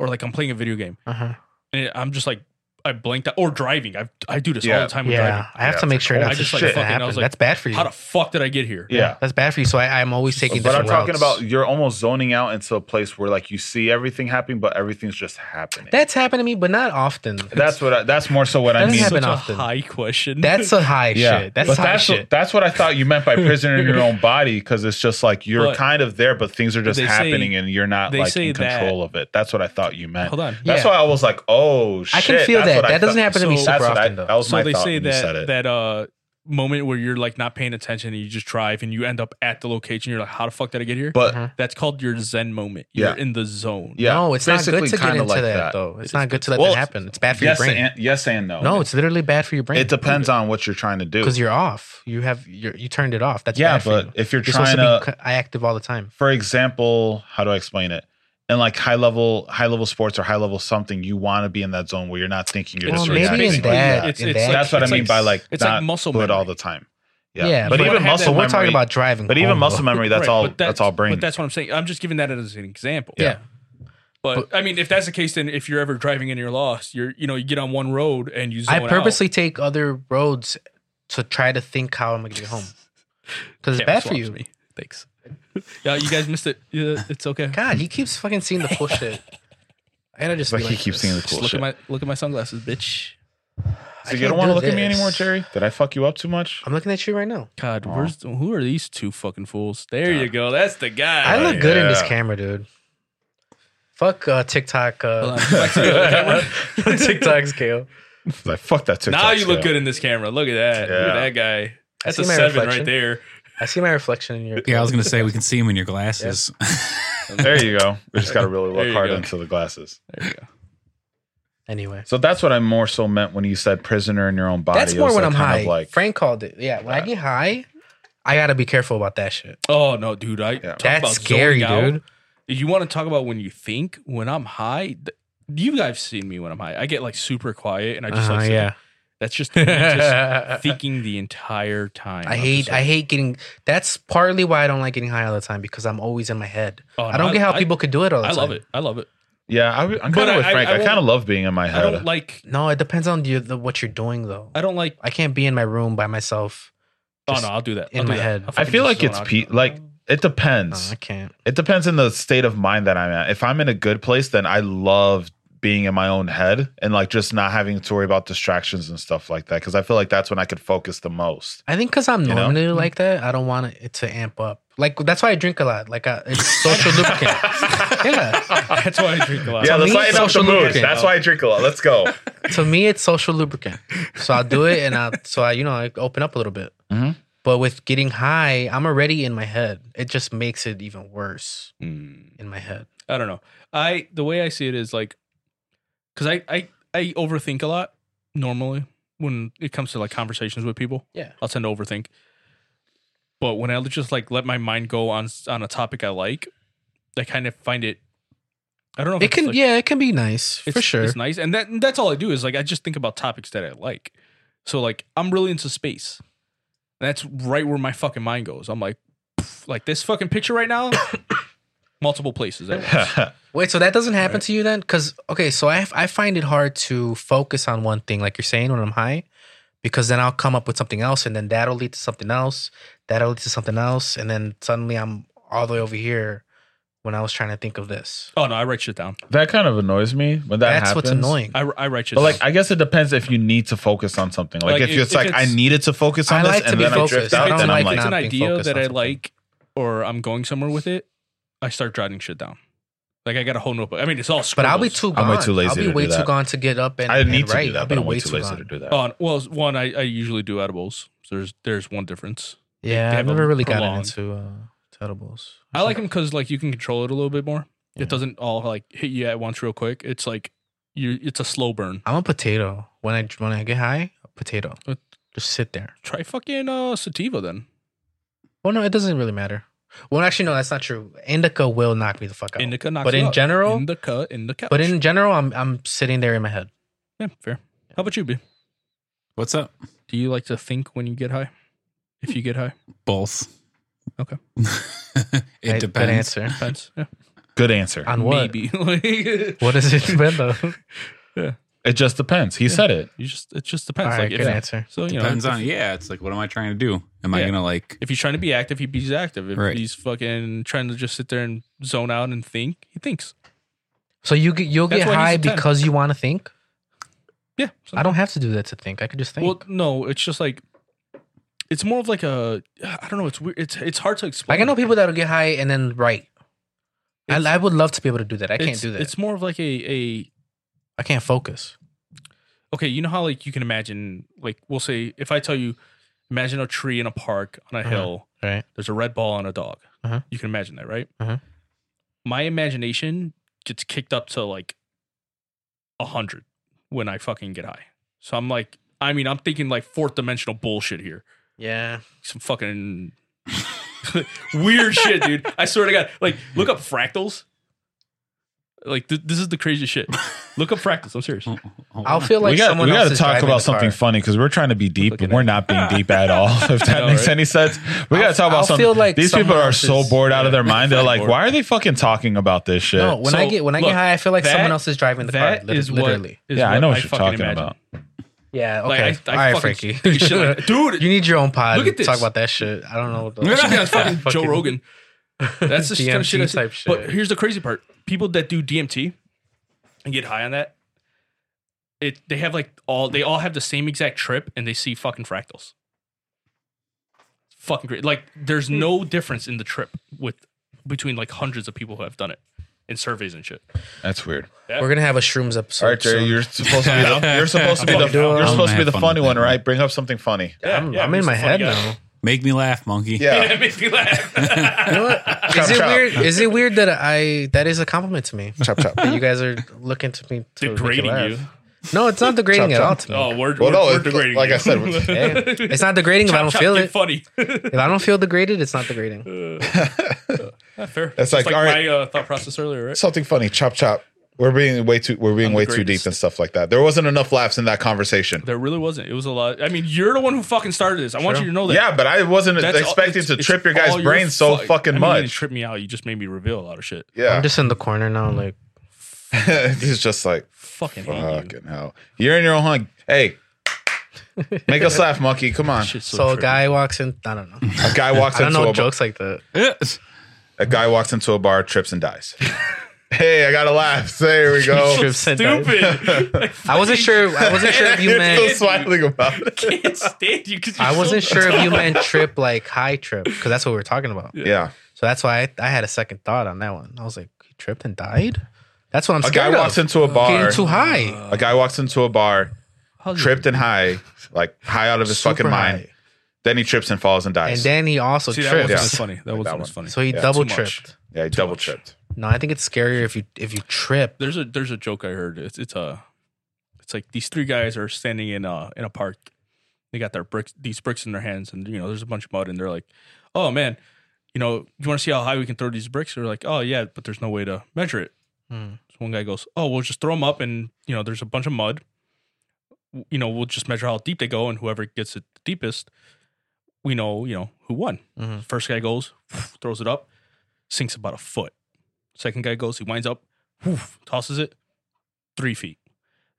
A: or like i'm playing a video game
C: Uh-huh.
A: and i'm just like i blanked out or driving i i do this all
E: Yeah.
A: the time with
C: Yeah,
A: driving
C: I have
E: Yeah,
C: to make sure
E: it's like,
C: not
E: oh,
C: to
E: I just,
C: shit
E: like,
C: that
A: fucking- I
C: happen.
A: was like,
C: That's bad for you.
A: how the fuck did i get here
E: yeah.
C: That's bad for you. So I, I'm always taking.
E: But I'm
C: different
E: talking
C: routes.
E: about
H: You're almost zoning out into a place where like you see everything happening, but everything's just happening.
C: That's happened to me, but not often.
E: That's what. I, that's more so what I
C: That
E: mean.
C: doesn't happen
A: such a
C: often.
A: high question
C: That's a high
E: Yeah,
C: shit. That's
E: but
C: high
E: that's
C: shit.
E: What, that's what I thought you meant by prisoner in your own body because it's just like you're
A: But-
E: kind of there, but things are just
A: They say-
E: happening and you're not
A: they
E: like
A: say
E: in
A: that-
E: control of it. That's what I thought you meant.
A: hold on
E: That's
C: Yeah.
E: why I was like, oh shit.
C: I can feel
E: that's
C: that.
E: what I
C: That doesn't
E: thought.
C: happen to me
A: So-
C: super
E: That's what I,
C: often, though.
E: that was
A: so
E: my
A: they
E: thought
A: say
E: when you said
A: that
E: it.
A: that uh moment where you're like not paying attention and you just drive and you end up at the location you're like how the fuck did i get here
E: but
C: Mhm.
A: that's called your zen moment you're
E: Yeah.
A: in the zone
E: yeah,
C: no, it's not good
E: basically
C: to get
E: kinda
C: into
E: like
C: that,
E: that.
C: though. It's not good to let
E: Well,
C: that happen. It's bad for
E: yes
C: your brain.
E: and yes and no.
C: no, it's literally bad for your brain.
E: it depends on what you're trying to do.
C: because you're off. You have you're, you turned it off. That's
E: Yeah,
C: bad for
E: but
C: you.
E: if you're
C: You're supposed
E: trying
C: to
E: to
C: be c- active all the time.
E: for example, how do I explain it? In like high level, high level sports or high level something, you want to be in that zone where you're not thinking, you're
A: It's
C: Well,
E: just
A: basically-
C: maybe
E: reacting.
C: in that,
A: It's-
C: in
A: it's
C: that
A: like-
E: that's what I mean
A: like-
E: by like
A: it's like
E: not
A: muscle
E: do it all
A: memory.
E: the time. Yeah,
C: yeah,
E: but
A: but
E: even
A: I had
E: muscle
A: that-
C: We're
E: memory.
C: talking about driving,
E: but even
C: home,
E: muscle
C: though.
E: memory, that's
A: Right,
E: all.
A: but
E: That's, all brain.
A: But that's what I'm saying. I'm just giving that as an example.
C: Yeah.
A: But, I mean, if that's the case, then if you're ever driving and you're lost, you're you know you get on one road and you. Zone
C: I
A: out.
C: purposely take other roads to try to think how I'm gonna get home because it's
A: Cam
C: bad for
A: swaps
C: you.
A: Me. Thanks. Yeah, you guys missed it. Yeah, it's okay.
C: God, he keeps fucking seeing the cool shit. I gotta just
E: But
C: be
E: he
C: like
E: keeps
C: this.
E: seeing the cool
A: Look
E: shit.
A: at my look at my sunglasses, bitch.
C: I
E: so you
C: can't
E: don't want to
C: do
E: look at me
C: this.
E: anymore, Jerry? Did I fuck you up too much?
C: I'm looking at you right now.
A: God, where's who are these two fucking fools? There you go. That's the guy.
C: I look good in this
E: yeah.
C: camera, dude. Fuck uh, TikTok.
A: Hold
C: Uh,
A: on, flex it on camera.
C: TikTok scale.
E: Like fuck that TikTok.
A: now you look
E: scale.
A: good in this camera. Look at that. Look at
E: Yeah.
A: that guy. That's
C: see
A: a
C: my
A: seven
C: reflection.
A: right there.
C: I see my reflection in your.
D: Yeah, I was gonna say we can see him in your glasses.
E: There you go. We just got to really
A: There
E: look
A: you
E: hard
A: go.
E: into the glasses.
A: There you go.
C: Anyway,
E: So that's what I more so meant when you said prisoner in your own body.
C: that's
E: It
C: more
E: was
C: when
E: that
C: I'm
E: kind
C: high.
E: of Like
C: Frank called it. Yeah, when I get high, I gotta be careful about that shit.
A: Oh no, dude! I talk about
C: That's scary,
A: zoning out.
C: dude.
A: You want to talk about when you think? When I'm high, th- you guys have seen me when I'm high. I get like super quiet, and I just
C: Uh-huh,
A: like yeah.
C: yeah.
A: That's just, I'm just thinking the entire time.
C: I hate I hate getting. That's partly why I don't like getting high all the time because I'm always in my head. I don't get how people could do it all the
A: Oh, I
C: time.
A: love it. I love it.
E: yeah, I, am kind
A: But
E: of with
A: I- I-
E: Frank.
A: I
E: I, kind
A: won't-
E: of love being in my
A: I
E: head.
A: don't like.
C: No, it depends on you, the, what you're doing though.
A: I don't like.
C: I can't be in my room by myself.
A: Oh
C: Just
A: no, I'll do that.
C: in
A: I'll do
C: my
A: that.
C: head.
A: I'll
E: I
A: fucking
E: feel
A: just
E: like it's
A: zone out.
E: pe- like it
C: No,
A: Uh-huh.
E: depends.
C: I can't.
E: It depends on the state of mind that I'm at. If I'm in a good place, then I love being in my own head and like just not having to worry about distractions and stuff like that. Cause I feel like that's when I could focus the most.
C: I think because I'm
A: Mm.
E: You know?
C: normally like that, I don't want it to amp up. Like that's why I drink a lot. Like I, it's social lubricant. yeah.
A: That's why I drink a lot.
E: yeah,
C: to
E: let's
C: me,
E: lighten up the
C: social
E: mood.
C: lubricant.
E: That's why I drink a lot. Let's go.
C: To me, it's social lubricant. So I'll do it, and I so I you know I open up a little bit.
E: Mhm.
C: But with getting high, I'm already in my head. It just makes it even worse
A: Mm.
C: in my head.
A: I don't know. I the way I see it is like because I, I I overthink a lot normally when it comes to like conversations with people.
C: Yeah.
A: I'll tend to overthink. But when I just like let my mind go on s- on a topic I like, I kind of find it. I don't know.
C: It can
A: Oh, like-
C: yeah, it can be nice
A: it's,
C: for sure.
A: It's nice, and that and that's all I do is like I just think about topics that I like. So like I'm really into space. That's right where my fucking mind goes. I'm like, pff, like this fucking picture right now, multiple places. At once.
C: Wait, so that doesn't happen to you then? Because okay, so I I find it hard to focus on one thing, like you're saying, when I'm high, because then I'll come up with something else, and then that'll lead to something else, that'll lead to something else, and then suddenly I'm all the way over here when I was trying to think of this.
A: Oh no, I write shit down.
E: that kind of annoys me when that
C: That's
E: happens.
C: what's annoying.
A: I, I write shit.
E: But
A: down.
E: like, I guess it depends if you need to focus on something. Like,
A: Like,
E: if,
A: if-
E: it's
A: if
E: like
A: it's-
E: I needed to focus on
C: I
E: this,
C: like to
E: and
C: be
E: then I drift
C: focused. I
E: out,
C: don't
E: then I'm
C: like
E: like,
A: it's an
C: not being
A: idea
C: focused
A: that
C: on
A: I
C: something.
A: like or I'm going somewhere with it, I start jotting shit down. Like I got a whole notebook. I mean, it's all.
C: but
A: Scribbles.
C: I'll be too gone.
H: I'm way too lazy
C: I'll be
H: to do
C: way too
H: that.
C: gone to get up and,
E: I need
C: and
E: to
C: write.
E: do that,
C: I'll
E: but
C: be
E: I'm way
C: way
E: too lazy to
C: gone.
E: do that.
A: Oh, well, one I, I usually do edibles. So there's there's one difference.
C: Yeah,
A: They have
C: I've
A: a
C: never really gotten
A: prolonged-
C: into uh, edibles.
A: I like them because like you can control it a little bit more.
C: Yeah.
A: It doesn't all like hit you at once real quick. It's like you. It's a slow burn.
C: I'm a potato. When I when I get high, a potato.
A: Uh,
C: Just sit there.
A: Try fucking uh, sativa then.
C: Well, no, it doesn't really matter. Well, actually, no, that's not true. Indica will knock me the fuck out.
A: Indica knocks
C: But
A: you
C: in
A: out.
C: general-
A: indica in the couch.
C: But in general, I'm I'm sitting there in my head.
A: yeah, fair. How about you, B?
D: What's up?
A: Do you like to think when you get high? If you get high,
D: Both.
A: Okay.
D: it
C: Right? Good
D: depends.
C: answer.
A: depends. Yeah.
E: Good answer.
C: On what?
A: Maybe. Like-
C: What is it depend though?
E: It just depends. He said it.
A: You just it just
C: All
A: depends.
C: right,
A: like
C: good
A: if,
C: answer.
A: So you
D: Depends
A: know, if,
D: on yeah. It's like, what am I trying to do? Am I
A: Yeah.
D: gonna like?
A: if he's trying to be active, he be active. If
D: Right.
A: he's fucking trying to just sit there and zone out and think, he thinks.
C: So you get you'll
A: That's
C: get
A: why he's
C: high
A: a ten.
C: because you want to think.
A: Yeah.
C: I don't have to do that to think. I could just think.
A: Well, no, it's just like it's more of like a I don't know. It's weird. It's it's hard to explain.
C: like I know people that'll get high and then write. I,
A: It's-
C: I would love to be able to do that. I can't
A: It's-
C: do that.
A: It's more of like a a
C: I can't focus.
A: okay. You know how like you can imagine like we'll say if I tell you imagine a tree in a park on a
C: Uh-huh.
A: hill.
C: Right.
A: There's a red ball on a dog.
C: Uh-huh.
A: You can imagine that, right?
C: Uh-huh.
A: My imagination gets kicked up to like a hundred when I fucking get high. So I'm like, I mean, I'm thinking like fourth dimensional bullshit here.
C: Yeah.
A: Some fucking weird shit, dude. I swear to God. Like, look up fractals. Like, th- this is the craziest shit. Look up fractals. I'm serious.
D: Hold on.
C: I'll feel like
E: we got
C: someone
E: we
C: else
E: got to
C: is
E: talk
C: driving
E: about
C: the
E: something
C: car.
E: funny because we're trying to be deep
A: Looking
E: and we're
A: at-
E: not being deep at all. If that
A: know,
E: makes
A: right?
E: any sense, we got to
C: I'll-
E: talk about
C: I'll
E: something.
C: feel like
E: These people
C: someone
E: are
C: else
E: so
C: is-
E: bored out of their mind. They're like,
A: bored.
E: why are they fucking talking about this shit?
C: No, when I
A: So,
C: get when I
A: look,
C: get high, I feel like
A: that-
C: someone else is driving the
A: That
C: car. lit-
A: is what-
C: literally.
A: is
E: yeah, I know what you're
A: fucking
E: talking
A: imagine.
E: about.
C: Yeah.
A: Like, I-
C: Okay.
A: I
C: All right,
A: fucking
C: Frankie.
A: think shit like that. Dude,
C: you need your own pod.
A: look at
C: to Talk
A: this.
C: about that shit. I don't know. What
A: Should be on
C: the,
A: fucking Joe
C: Fucking-
A: Rogan. That's the kind of shit I
C: DMT
A: see.
C: type shit.
A: But here's the crazy part: people that do DMT and get high on that, it they have like all they all have the same exact trip, and they see fucking fractals. Fucking great! Like there's no difference in the trip with between like hundreds of people who have done it in surveys and shit.
E: That's weird.
C: We're gonna have a shrooms episode.
E: All right, Jerry,
C: soon.
E: you're supposed to be the you're supposed to be the
A: Fucking do it.
E: you're
D: I'm
E: supposed to
D: gonna
E: be
D: have
E: the
D: fun
E: funny
D: with
E: one,
D: that.
E: right? Bring up something funny.
C: I'm, I'm in my head now.
D: Make me laugh, monkey.
E: Yeah,
A: It makes me laugh.
C: You know what? Is it
E: chop.
C: weird? Is it weird that I that is a compliment to me?
H: chop chop.
C: That you guys are looking to me to make
A: Degrading
C: laugh.
A: you.
C: No, it's not degrading
H: Chop,
C: at all
H: chop.
C: to me.
A: Oh, we're,
H: Well,
A: we're,
H: no,
A: we're
H: it-
A: degrading.
H: like
A: you.
H: I said, we're-
C: Hey, it's not degrading if I don't
A: Chop, chop,
C: feel
A: get
C: it.
A: Funny.
C: If I don't feel degraded, it's not degrading.
A: Ah, fair.
H: That's
A: That's
H: like,
A: like,
H: all right.
A: my uh, thought process earlier, right?
H: Something funny. Chop chop. We're being way too we're being
A: I'm the
H: way too deep
A: greatest.
H: and stuff like that. There wasn't enough laughs in that conversation.
A: There really wasn't. It was a lot. I mean, you're the one who fucking started this. I want you to know that.
H: Yeah, but I wasn't
A: That's all-
H: expecting
A: it's-
H: to
A: it's
H: trip your guys'
A: all
H: brain so
A: fuck-
H: fucking
A: I mean, You didn't
H: much.
A: trip me out. You just made me reveal a lot of shit.
H: yeah,
C: I'm just in the corner now,
E: Mm.
C: like
H: he's just like
A: Fucking hate you.
H: fucking hell. You're in your own hung. Hey, make us laugh, monkey. Come on.
A: Shit's
C: so. A
A: trippy.
C: guy walks in. I don't know.
H: A guy walks
C: I don't
H: into
C: know
H: a bar,
C: jokes like that.
D: Yes.
H: a guy walks into a bar, trips and dies.
E: Hey, I got to laugh. There we go.
C: Trip said that.
A: Stupid.
C: I wasn't sure. I wasn't sure if you
E: You're still
C: meant.
E: smiling about it.
A: can't stand you because
C: I wasn't sure if you meant trip like high trip because that's what we were talking about.
E: Yeah.
C: So that's why I, I had a second thought on that one. I was like, he tripped and died. That's what I'm
E: A guy
C: scared
E: walks
C: of.
E: into a bar.
C: Getting too
A: Uh,
C: high,
E: A guy walks into a bar, tripped and high, like high out of his
C: Super
E: fucking mind.
C: high.
E: Then he trips and falls and
C: and
E: dies.
C: then he also
A: See, that
C: tripped.
A: wasn't
E: Yeah.
A: as funny. That
E: that
A: wasn't as
E: one.
A: funny.
C: So he
E: Yeah,
C: double
A: too much.
C: tripped.
E: yeah, he double tripped.
C: No, I think it's scarier if you if you trip.
A: There's a there's a joke I heard. It's it's a it's like these three guys are standing in a in a park. They got their bricks these bricks in their hands, and you know there's a bunch of mud, and they're like, "Oh man, you know, you want to see how high we can throw these bricks?" They're like, "Oh yeah, but there's no way to measure it."
C: Hmm.
A: So one guy goes, "Oh, we'll just throw them up, and you know, there's a bunch of mud. W- You know, we'll just measure how deep they go, and whoever gets it the deepest, we know, you know, who won."
C: Mhm.
A: First guy goes, throws it up, sinks about a foot. Second guy goes, he winds up, woof, tosses it, three feet.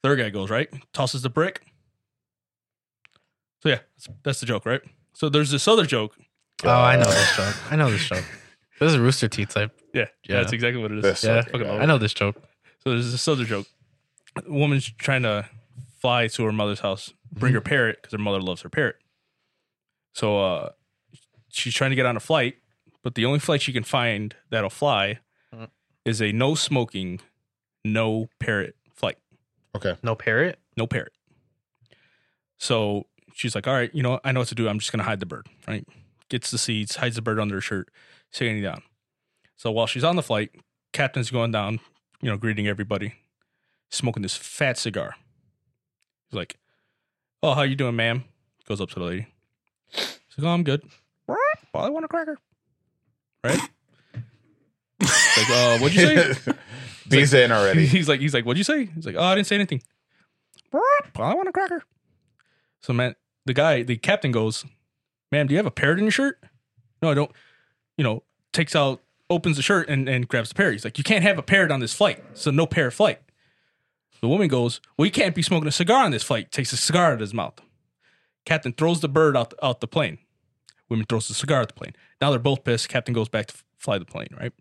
A: Third guy goes right, tosses the brick. So yeah, that's, that's the joke, right? So there's this other joke.
C: Oh, I know this joke. I know this joke. This is Rooster Teeth type.
A: Yeah,
C: Yeah.
A: that's exactly what it is.
E: This
C: Yeah,
E: fucking guy.
C: I know this joke.
A: So there's this other joke. A woman's trying to fly to her mother's house,
C: Mm-hmm.
A: bring her parrot because her mother loves her parrot. So uh, she's trying to get on a flight, but the only flight she can find that'll fly
C: Mm.
A: is a no smoking, no parrot flight.
C: No parrot.
A: No parrot. So she's like, all right, you know what? I know what to do. I'm just going to hide the bird, right? Gets the seeds, hides the bird under her shirt, sitting down. So while she's on the flight, captain's going down, you know, greeting everybody, smoking this fat cigar. He's like, oh, how you doing, ma'am? Goes up to the lady. She's like, oh, I'm good. Well, I want a cracker. Right? It's like, uh, what'd you say?
E: He's in already.
A: he's like, he's like, what'd you say? He's like, oh, I didn't say anything. Well, I want a cracker. So man, the guy, the captain goes, ma'am, do you have a parrot in your shirt? No, I don't. You know, takes out, opens the shirt and, and grabs the parrot. He's like, you can't have a parrot on this flight. So no parrot flight. The woman goes, well, you can't be smoking a cigar on this flight. Takes a cigar out of his mouth. Captain throws the bird out, out the plane. Woman throws the cigar at the plane. Now they're both pissed. Captain goes back to f- fly the plane, right?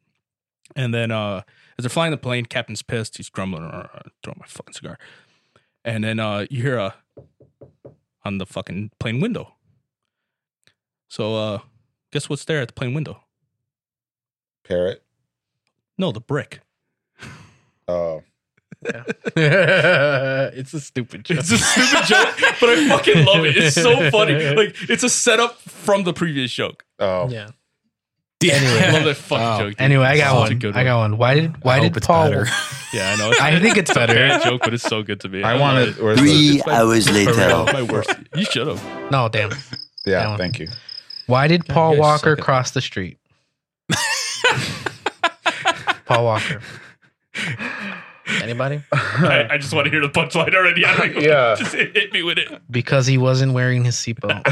A: And then uh, as they're flying the plane, captain's pissed. He's grumbling, "Arr, arr, throw my fucking cigar. And then uh, you hear a on the fucking plane window. So uh, guess what's there at the plane window?
E: Parrot.
A: No, the brick.
E: Oh.
C: it's a stupid joke.
A: It's a stupid joke, but I fucking love it. It's so funny. Like it's a setup from the previous joke.
E: Oh.
C: yeah.
A: I love that fucking
D: Wow.
A: joke. dude.
C: Anyway, I
A: It's
C: got
A: such
C: one.
A: a good
C: I got one. Why did Why
D: I
C: did
D: hope it's
C: Paul?
D: better.
A: Yeah, I know. It's
C: I think it's
A: a
C: better.
A: bad joke, but it's so good to me.
E: I
A: love
E: wanted.
A: it.
E: Where's the,
F: Three hours
A: For real,
F: later.
A: my worst. You should have.
C: No, damn. that
E: yeah,
C: one.
E: thank you.
C: Why did Paul
D: you guys
C: Walker
D: suck at-
C: cross the street? Paul Walker. Anybody?
A: I, I just want to hear the punchline already. I don't
E: Yeah.
A: Just hit hit me with it.
C: Because he wasn't wearing his seatbelt.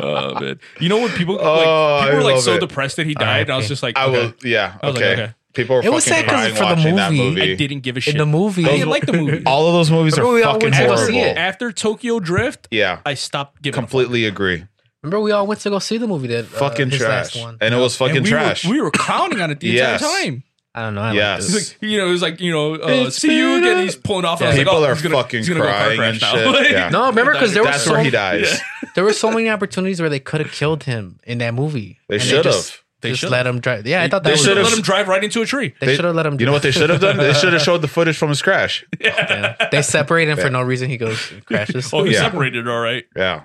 A: oh man! You know when people like
E: Oh,
A: people
E: I
A: were like
E: love
A: so
E: it.
A: depressed that he died, and I was just like,
E: I
A: okay.
E: will. Yeah.
A: I was like,
E: okay.
A: okay.
E: People were
C: It
E: fucking
C: was sad 'cause
E: crying
C: it's for the
E: watching that
C: movie.
E: movie.
A: I didn't give a shit.
C: In the movie.
A: I didn't like the movie.
E: All of those movies are
C: Remember we all
E: fucking
C: went to go see
E: horrible.
C: it.
A: After Tokyo Drift,
E: Yeah.
A: I stopped giving. a fuck.
E: Completely agree.
C: Remember, we all went to go see the movie that uh,
E: Fucking
C: his
E: trash.
C: last one.
E: And it was fucking
A: And we
E: trash.
A: Were, we were clowning on it the
E: Yes.
A: entire time.
C: I don't know. I
E: Yes.
C: like
A: It's
C: this.
A: like you know, it was like you know, uh,
E: It's
A: see you
E: been
A: again.
E: a-
A: He's pulling off. and I was
E: People
A: like, oh,
E: are
A: he's gonna,
E: fucking
A: he's gonna go car
E: crying
A: crash
E: and
A: now.
E: shit.
A: Like,
E: Yeah.
C: No, remember because there was
E: That's
C: so
E: where he dies.
C: there were so many opportunities where they could have killed him in that movie.
E: They
C: And
E: should
C: just-
E: have.
A: They
C: just
A: should've.
C: let him drive. Yeah, I thought
E: They
C: that
A: They
C: was.
A: should
E: should've-
A: have let him drive right into a tree.
C: They should have let him.
E: You know what they should have done? They should have showed the footage from his crash.
C: Yeah. They separate him for no reason. He goes crashes.
A: Oh, he
E: Yeah.
A: separated. All right.
E: Yeah.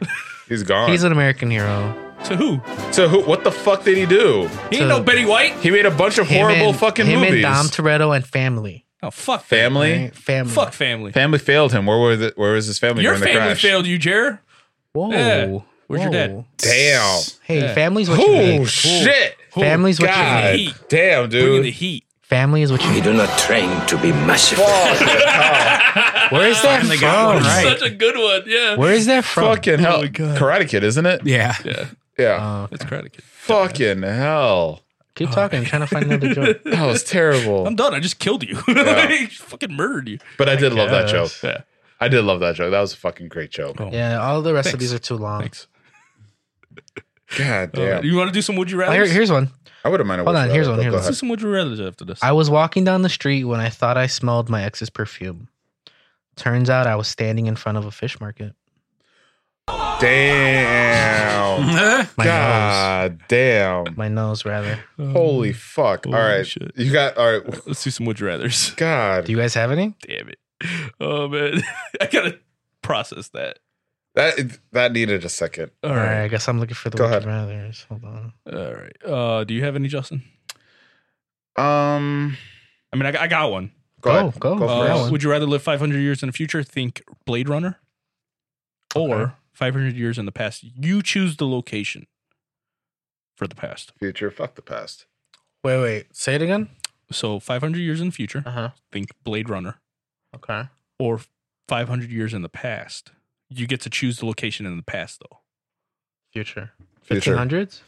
E: He's gone.
C: He's an American hero.
A: To who?
E: so who? What the fuck did he do?
A: He
C: To-
A: ain't no Betty White.
E: He made a bunch of
C: Him
E: horrible
C: and-
E: fucking
C: him
E: movies.
C: and Dom Toretto and family.
A: Oh fuck
E: family,
C: Right? Family.
A: Fuck family.
E: family failed him. Where were the, Where was his family
A: Your
E: during the
A: family
E: crash?
A: failed you, Jer.
C: Whoa.
A: Yeah. Where's your dad?
C: Whoa.
E: Damn.
C: Hey, family's what you
E: Oh
C: need.
E: shit!
C: Family's what you
E: God
C: need.
A: Heat.
E: damn,
A: Bringing the
E: dude.
A: heat.
C: Family is what you
F: We
C: need.
F: do not train to be merciful.
C: Where is that from?
A: Such a good one. Yeah.
C: Where is that from?
E: Fucking hell, Karate Kid, isn't it?
D: yeah.
E: Yeah.
C: Oh,
A: That's credit. Kid.
E: fucking hell,
C: keep talking. I'm trying to find another joke.
E: that was terrible.
A: I'm done. I just killed you. I fucking murdered you.
E: But I did love that joke.
A: Yeah.
E: I did love that joke. That was a fucking great joke.
A: Oh.
C: Yeah, all the rest of these are too long.
A: Thanks.
E: God
A: All right.
E: damn.
A: You want to do some would you
C: Oh,
A: rather?
C: here- here's one.
E: I would have minded.
C: Hold
E: what's
C: on,
E: rather,
C: here's one,
E: but
C: here's
E: go
A: Let's
C: one.
A: do
E: ahead.
A: some would you rather after this.
C: I was walking down the street when I thought I smelled my ex's perfume. Turns out I was standing in front of a fish market.
E: Damn.
C: My
E: God damn.
C: nose. My nose, rather.
E: Holy fuck. all
A: Um, Holy
E: right.
A: shit.
E: You got all right.
A: Let's do some would you rather's.
E: God.
C: Do you guys have any?
A: Damn it. Oh man, I gotta process that.
E: that that needed a second.
A: All
C: All right.
A: right,
C: I guess I'm looking for the
E: Go
C: would you
E: ahead.
C: rather's. Hold on.
A: all right. Uh, do you have any, Justin?
E: Um
A: I mean, I, I got one.
E: go,
C: Go,
E: ahead.
C: go. Oh.
E: for
C: that
A: Uh,
E: it.
C: one.
A: would you rather live 500 years in the future? Think Blade Runner, or
C: Okay.
A: 500 years in the past? You choose the location for the past.
E: Future, fuck the past.
C: Wait, wait. Say it again.
A: So 500 years in the future,
C: Uh
E: Uh-huh.
C: huh.
A: think Blade Runner,
C: Okay.
A: or 500 years in the past. You get to choose the location in the past, though.
C: Future.
E: Future.
C: 1500s?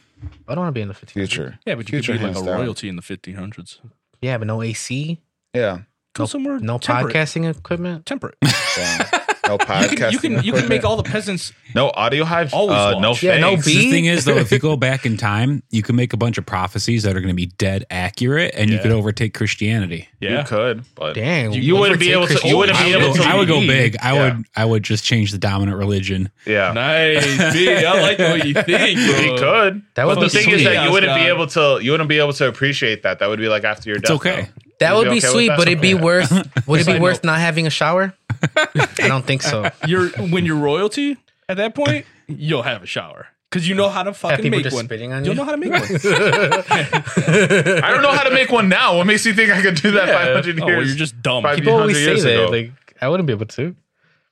C: I don't want to be in the 1500s.
E: Future.
A: Yeah, but you
E: Future
A: could be like
E: hands
A: a
E: down.
A: royalty in the 1500s.
C: Yeah, but no AC,
E: Yeah.
A: Go
C: No-
A: somewhere.
C: no
A: temperate.
C: podcasting equipment.
A: Temperate.
E: Damn. No
A: You can,
E: podcast.
A: you can you can make all the peasants.
E: no audio hives.
A: Always
E: uh, no
A: watch.
E: thanks.
C: Yeah, no beat.
D: The thing is, though, if you go back in time, you can make a bunch of prophecies that are going to be dead accurate, and you
A: Yeah.
D: could overtake Christianity.
E: You could, but
C: Dang,
E: You wouldn't be able to- you wouldn't
D: I
E: be
D: would,
E: able
D: go,
E: to
D: I would go big. I
E: Yeah.
D: would. I would just change the dominant religion.
E: yeah.
A: Nice, B. I like the way you think.
E: You
A: bro.
E: could.
C: That would
E: But
C: be
E: the thing
C: sweet.
E: is that
A: Yeah,
E: you wouldn't be
A: Scott.
E: able to you wouldn't be able to appreciate that. That would be like after your
D: It's
E: death.
D: okay.
E: though.
C: that
E: You'd
C: would
E: be
C: be
E: okay with
C: sweet,
E: that?
C: but it'd be
E: Okay.
C: worth. Would it be
A: Side
C: worth not having a shower? I don't think so.
A: You're when you're royalty at that point, you'll have a shower because you know how to fucking
C: people
A: make
C: just
A: one.
C: spitting on
A: You'll know
C: you?
A: how to make one.
E: I don't know how to make one now. What makes you think I could do that 500
A: oh,
E: years?
A: well, you're just dumb.
E: Five-
C: People
E: 100
C: always say
E: years
C: that.
E: ago.
C: Like I wouldn't be able to.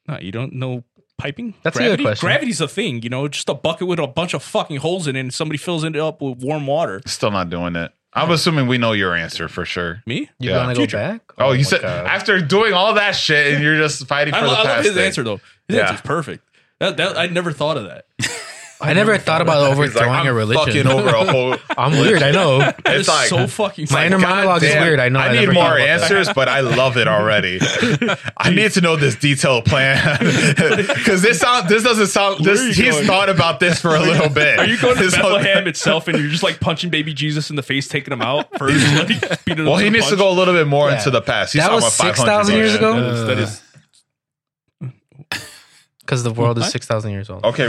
A: No, you don't know piping.
C: That's a good
A: Gravity?
C: question.
A: Gravity's a thing, you know, just a bucket with a bunch of fucking holes in it, and somebody fills it up with warm water.
E: Still not doing it. I'm assuming we know your answer for sure.
A: Me?
C: You
E: Yeah.
C: want to go
A: Future.
C: back?
E: Oh, you
C: my
E: said
C: God.
E: after doing all that shit and you're just fighting for
A: I,
E: the
A: lo- I
E: past.
A: love his
E: thing.
A: answer though. His
E: Yeah.
A: answer's perfect. That, that I never thought of that.
C: I never thought about
E: He's like,
C: overthrowing
E: I'm
C: a
E: fucking
C: religion.
E: over a whole.
C: I'm weird. I know.
A: That
E: It's
A: is
E: like-
A: so fucking.
C: My inner
A: funny.
C: monologue is
E: Damn,
C: weird. I know.
E: I need
C: never thought
E: more
C: about that.
E: answers, but I love it already. I need to know this detailed plan because this sound this doesn't sound
A: are
E: this.
A: you
E: He's
A: going?
E: thought about this for a little bit.
A: Are you going to
E: This whole-
A: Bethlehem itself and you're just like punching baby Jesus in the face, taking him out first? like, beating him
E: Well,
A: to
E: he
A: the
E: needs to
A: punch?
E: go a little bit more
C: Yeah.
E: into the past. He's
C: That
E: talking
C: was
E: about
C: 6,000 years ago?
A: That is- that is
C: Because the world is
A: What?
C: six thousand years old.
E: Okay,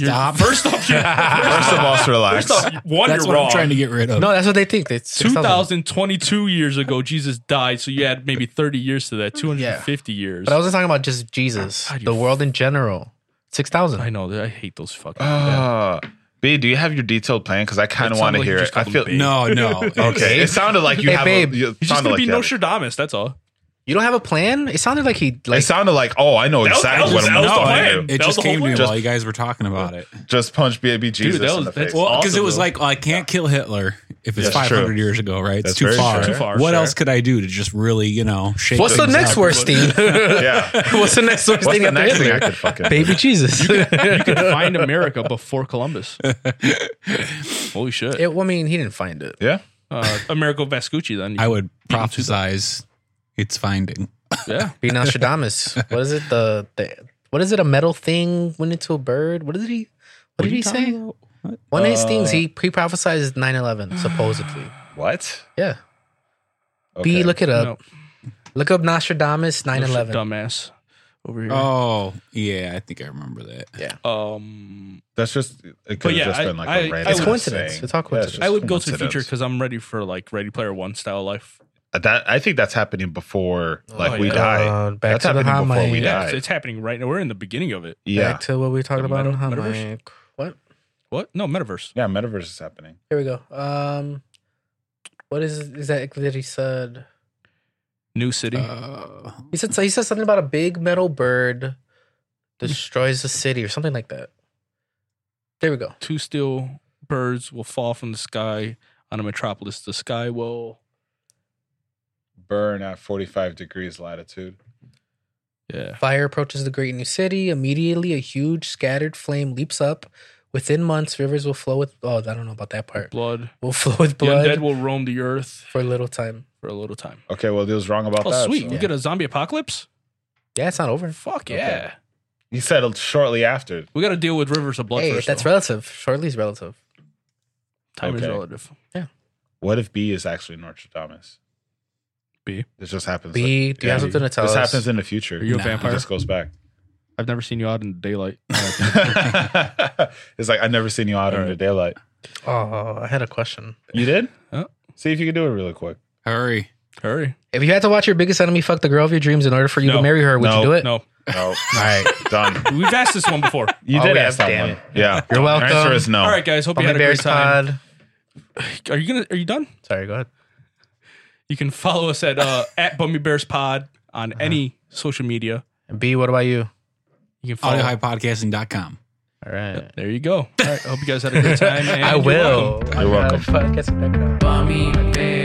A: You're-
D: Stop.
A: First off, you're,
E: First of all, relax.
A: first off, one,
D: That's
A: you're
D: what
A: wrong.
D: I'm trying to get rid of.
C: No, that's what they think. It's 6,000.
A: 2022 years ago, Jesus died. So you add maybe 30 years to that, 250 years.
C: But I wasn't talking about just Jesus.
A: God, you
C: the world in general. Six
A: I
C: thousand.
A: know that I hate those fucking.
E: Uh, B, do you have your detailed plan? Because I kind
A: That
E: of want
A: sounded
E: to
A: like you
E: hear
A: just
E: it. I
A: called
E: feel
A: him
D: no, no.
E: okay. It sounded like you
C: Hey,
E: have.
C: babe.
E: A, you
A: He's just
E: sounded
A: gonna
E: like
A: be
E: you
A: no
E: have it.
A: Nostradamus. That's all.
C: You don't have a plan? It sounded like he like
E: it sounded like, oh, I know
A: That was-
E: exactly
A: that was-
E: what
A: that
E: I'm
A: was the
E: going
A: plan.
E: to do.
D: It
A: That was
D: just
A: the
D: came
A: whole
D: to me
A: point.
D: while you guys were talking about it.
E: Just punch baby Jesus
A: that
E: in
A: was-
E: the
A: that's-
E: face.
D: Well, because
A: awesome,
D: it was
A: though.
D: like, well, I can't kill Hitler if it's
E: That's
D: 500
E: true.
D: years ago, right?
E: That's
D: it's too
E: very
D: far.
E: true. Too
A: far,
D: What
A: sure.
D: else could I do to just really, you know, shake?
C: What's the
D: things
C: next
D: up?
C: worst thing?
E: yeah.
C: What's the next worst
E: What's
C: thing
E: the
C: after
E: next thing I
C: Hitler?
E: could fucking do?
C: Baby Jesus.
A: You can find America before Columbus. Holy shit!
C: It- well, I mean, he didn't find it.
E: Yeah.
A: Uh, Amerigo Vespucci. Then
D: I would prophesize its finding.
A: yeah.
C: Be Nostradamus. what is it? The, the what is it? A metal thing went into a bird? What did he? What, did he say? One of his
E: Uh,
C: things he he prophesized 9-11, supposedly.
E: What?
C: Yeah.
E: Okay.
C: B, look it up.
A: No,
C: Look up Nostradamus 9-11.
A: dumbass over here.
D: Oh, yeah, I think I remember that.
A: um,
E: That's just it
A: But
E: could have
A: yeah,
E: just
A: I-
E: been like a
A: I- I
E: random.
A: would-
C: It's coincidence.
E: thing.
C: It's all
E: Yeah,
C: coincidence.
E: just
A: I would go to the
E: coincidence.
A: future because I'm ready for like Ready Player One style life.
E: that I think that's happening before like we
A: Oh, yeah.
E: die.
C: Uh, back
E: That's
C: to the
E: happening before
C: Hamite.
E: we
A: Yeah,
E: die.
A: it's- it's happening right now. We're in the beginning of it.
E: yeah.
C: Back to what we talked
A: The
C: about
A: meta-
C: on how
A: metaverse?
C: Mike- What?
A: What? No, metaverse.
E: yeah, metaverse is happening.
C: Here we go. Um, what is is that that he said?
A: New city.
D: Uh,
C: He said he said something about a big metal bird destroys the city or something like that. There we go.
A: two steel birds will fall from the sky on a metropolis. The sky will.
E: Burn at 45 degrees latitude.
A: Yeah.
C: Fire approaches the great new city. Immediately, a huge scattered flame leaps up. Within months, rivers will flow with. Oh, I don't know about that part.
A: Blood.
C: Will flow with
A: The
C: blood
A: undead will roam the earth
C: for a little time.
A: for a little time.
E: Okay, well, he was wrong about
A: Oh,
E: that.
A: sweet.
E: so-
A: We get a zombie apocalypse?
C: Yeah, it's not over.
A: Fuck
E: Okay.
A: yeah.
E: He said shortly after.
A: We got to deal with rivers of blood
C: hey,
A: first.
C: that's
A: though.
C: relative. Shortly is relative.
A: Time is
E: Okay.
A: relative.
C: Yeah.
E: What if B is actually Nostradamus?
A: B?
E: This just happens. like-
C: B, do you have something to tell
E: this
C: us?
E: happens in the future.
A: Are you a
D: Nah.
E: It
A: vampire?
E: just goes back.
A: I've never seen you out in daylight. Uh,
E: it's like I never seen you out in the daylight.
C: oh, I had a question.
E: You did?
C: Oh.
A: Huh?
E: See if you can do it really quick.
D: Hurry.
A: hurry.
C: If you had to watch your biggest enemy fuck the girl of your dreams in order for you
A: No.
C: to marry her, would
E: No.
C: you do it?
A: No.
E: No. All right. Oh, Done.
A: We've asked this one before.
E: You
C: Oh,
E: did
C: we
E: ask that
C: have- damn
E: one.
C: it.
E: Yeah.
C: You're
E: The
C: welcome.
E: answer is no.
A: All right, guys. Hope you
C: Bummy
A: had a great
C: Bears
A: time.
C: Pod.
A: Are you gonna? Are you done?
C: Sorry, go ahead.
A: You can follow us at uh, at Bummy Bears Pod on
C: Uh-huh.
A: any social media.
C: And B, what about you?
A: You can follow.
C: Oh.
D: AudioHighPodcasting.com.
C: All right.
A: There you go. All right. Hope you guys had a great time. and
C: I
A: you're
C: will.
A: welcome.
C: You're welcome. Podcast.
F: Bummy bear.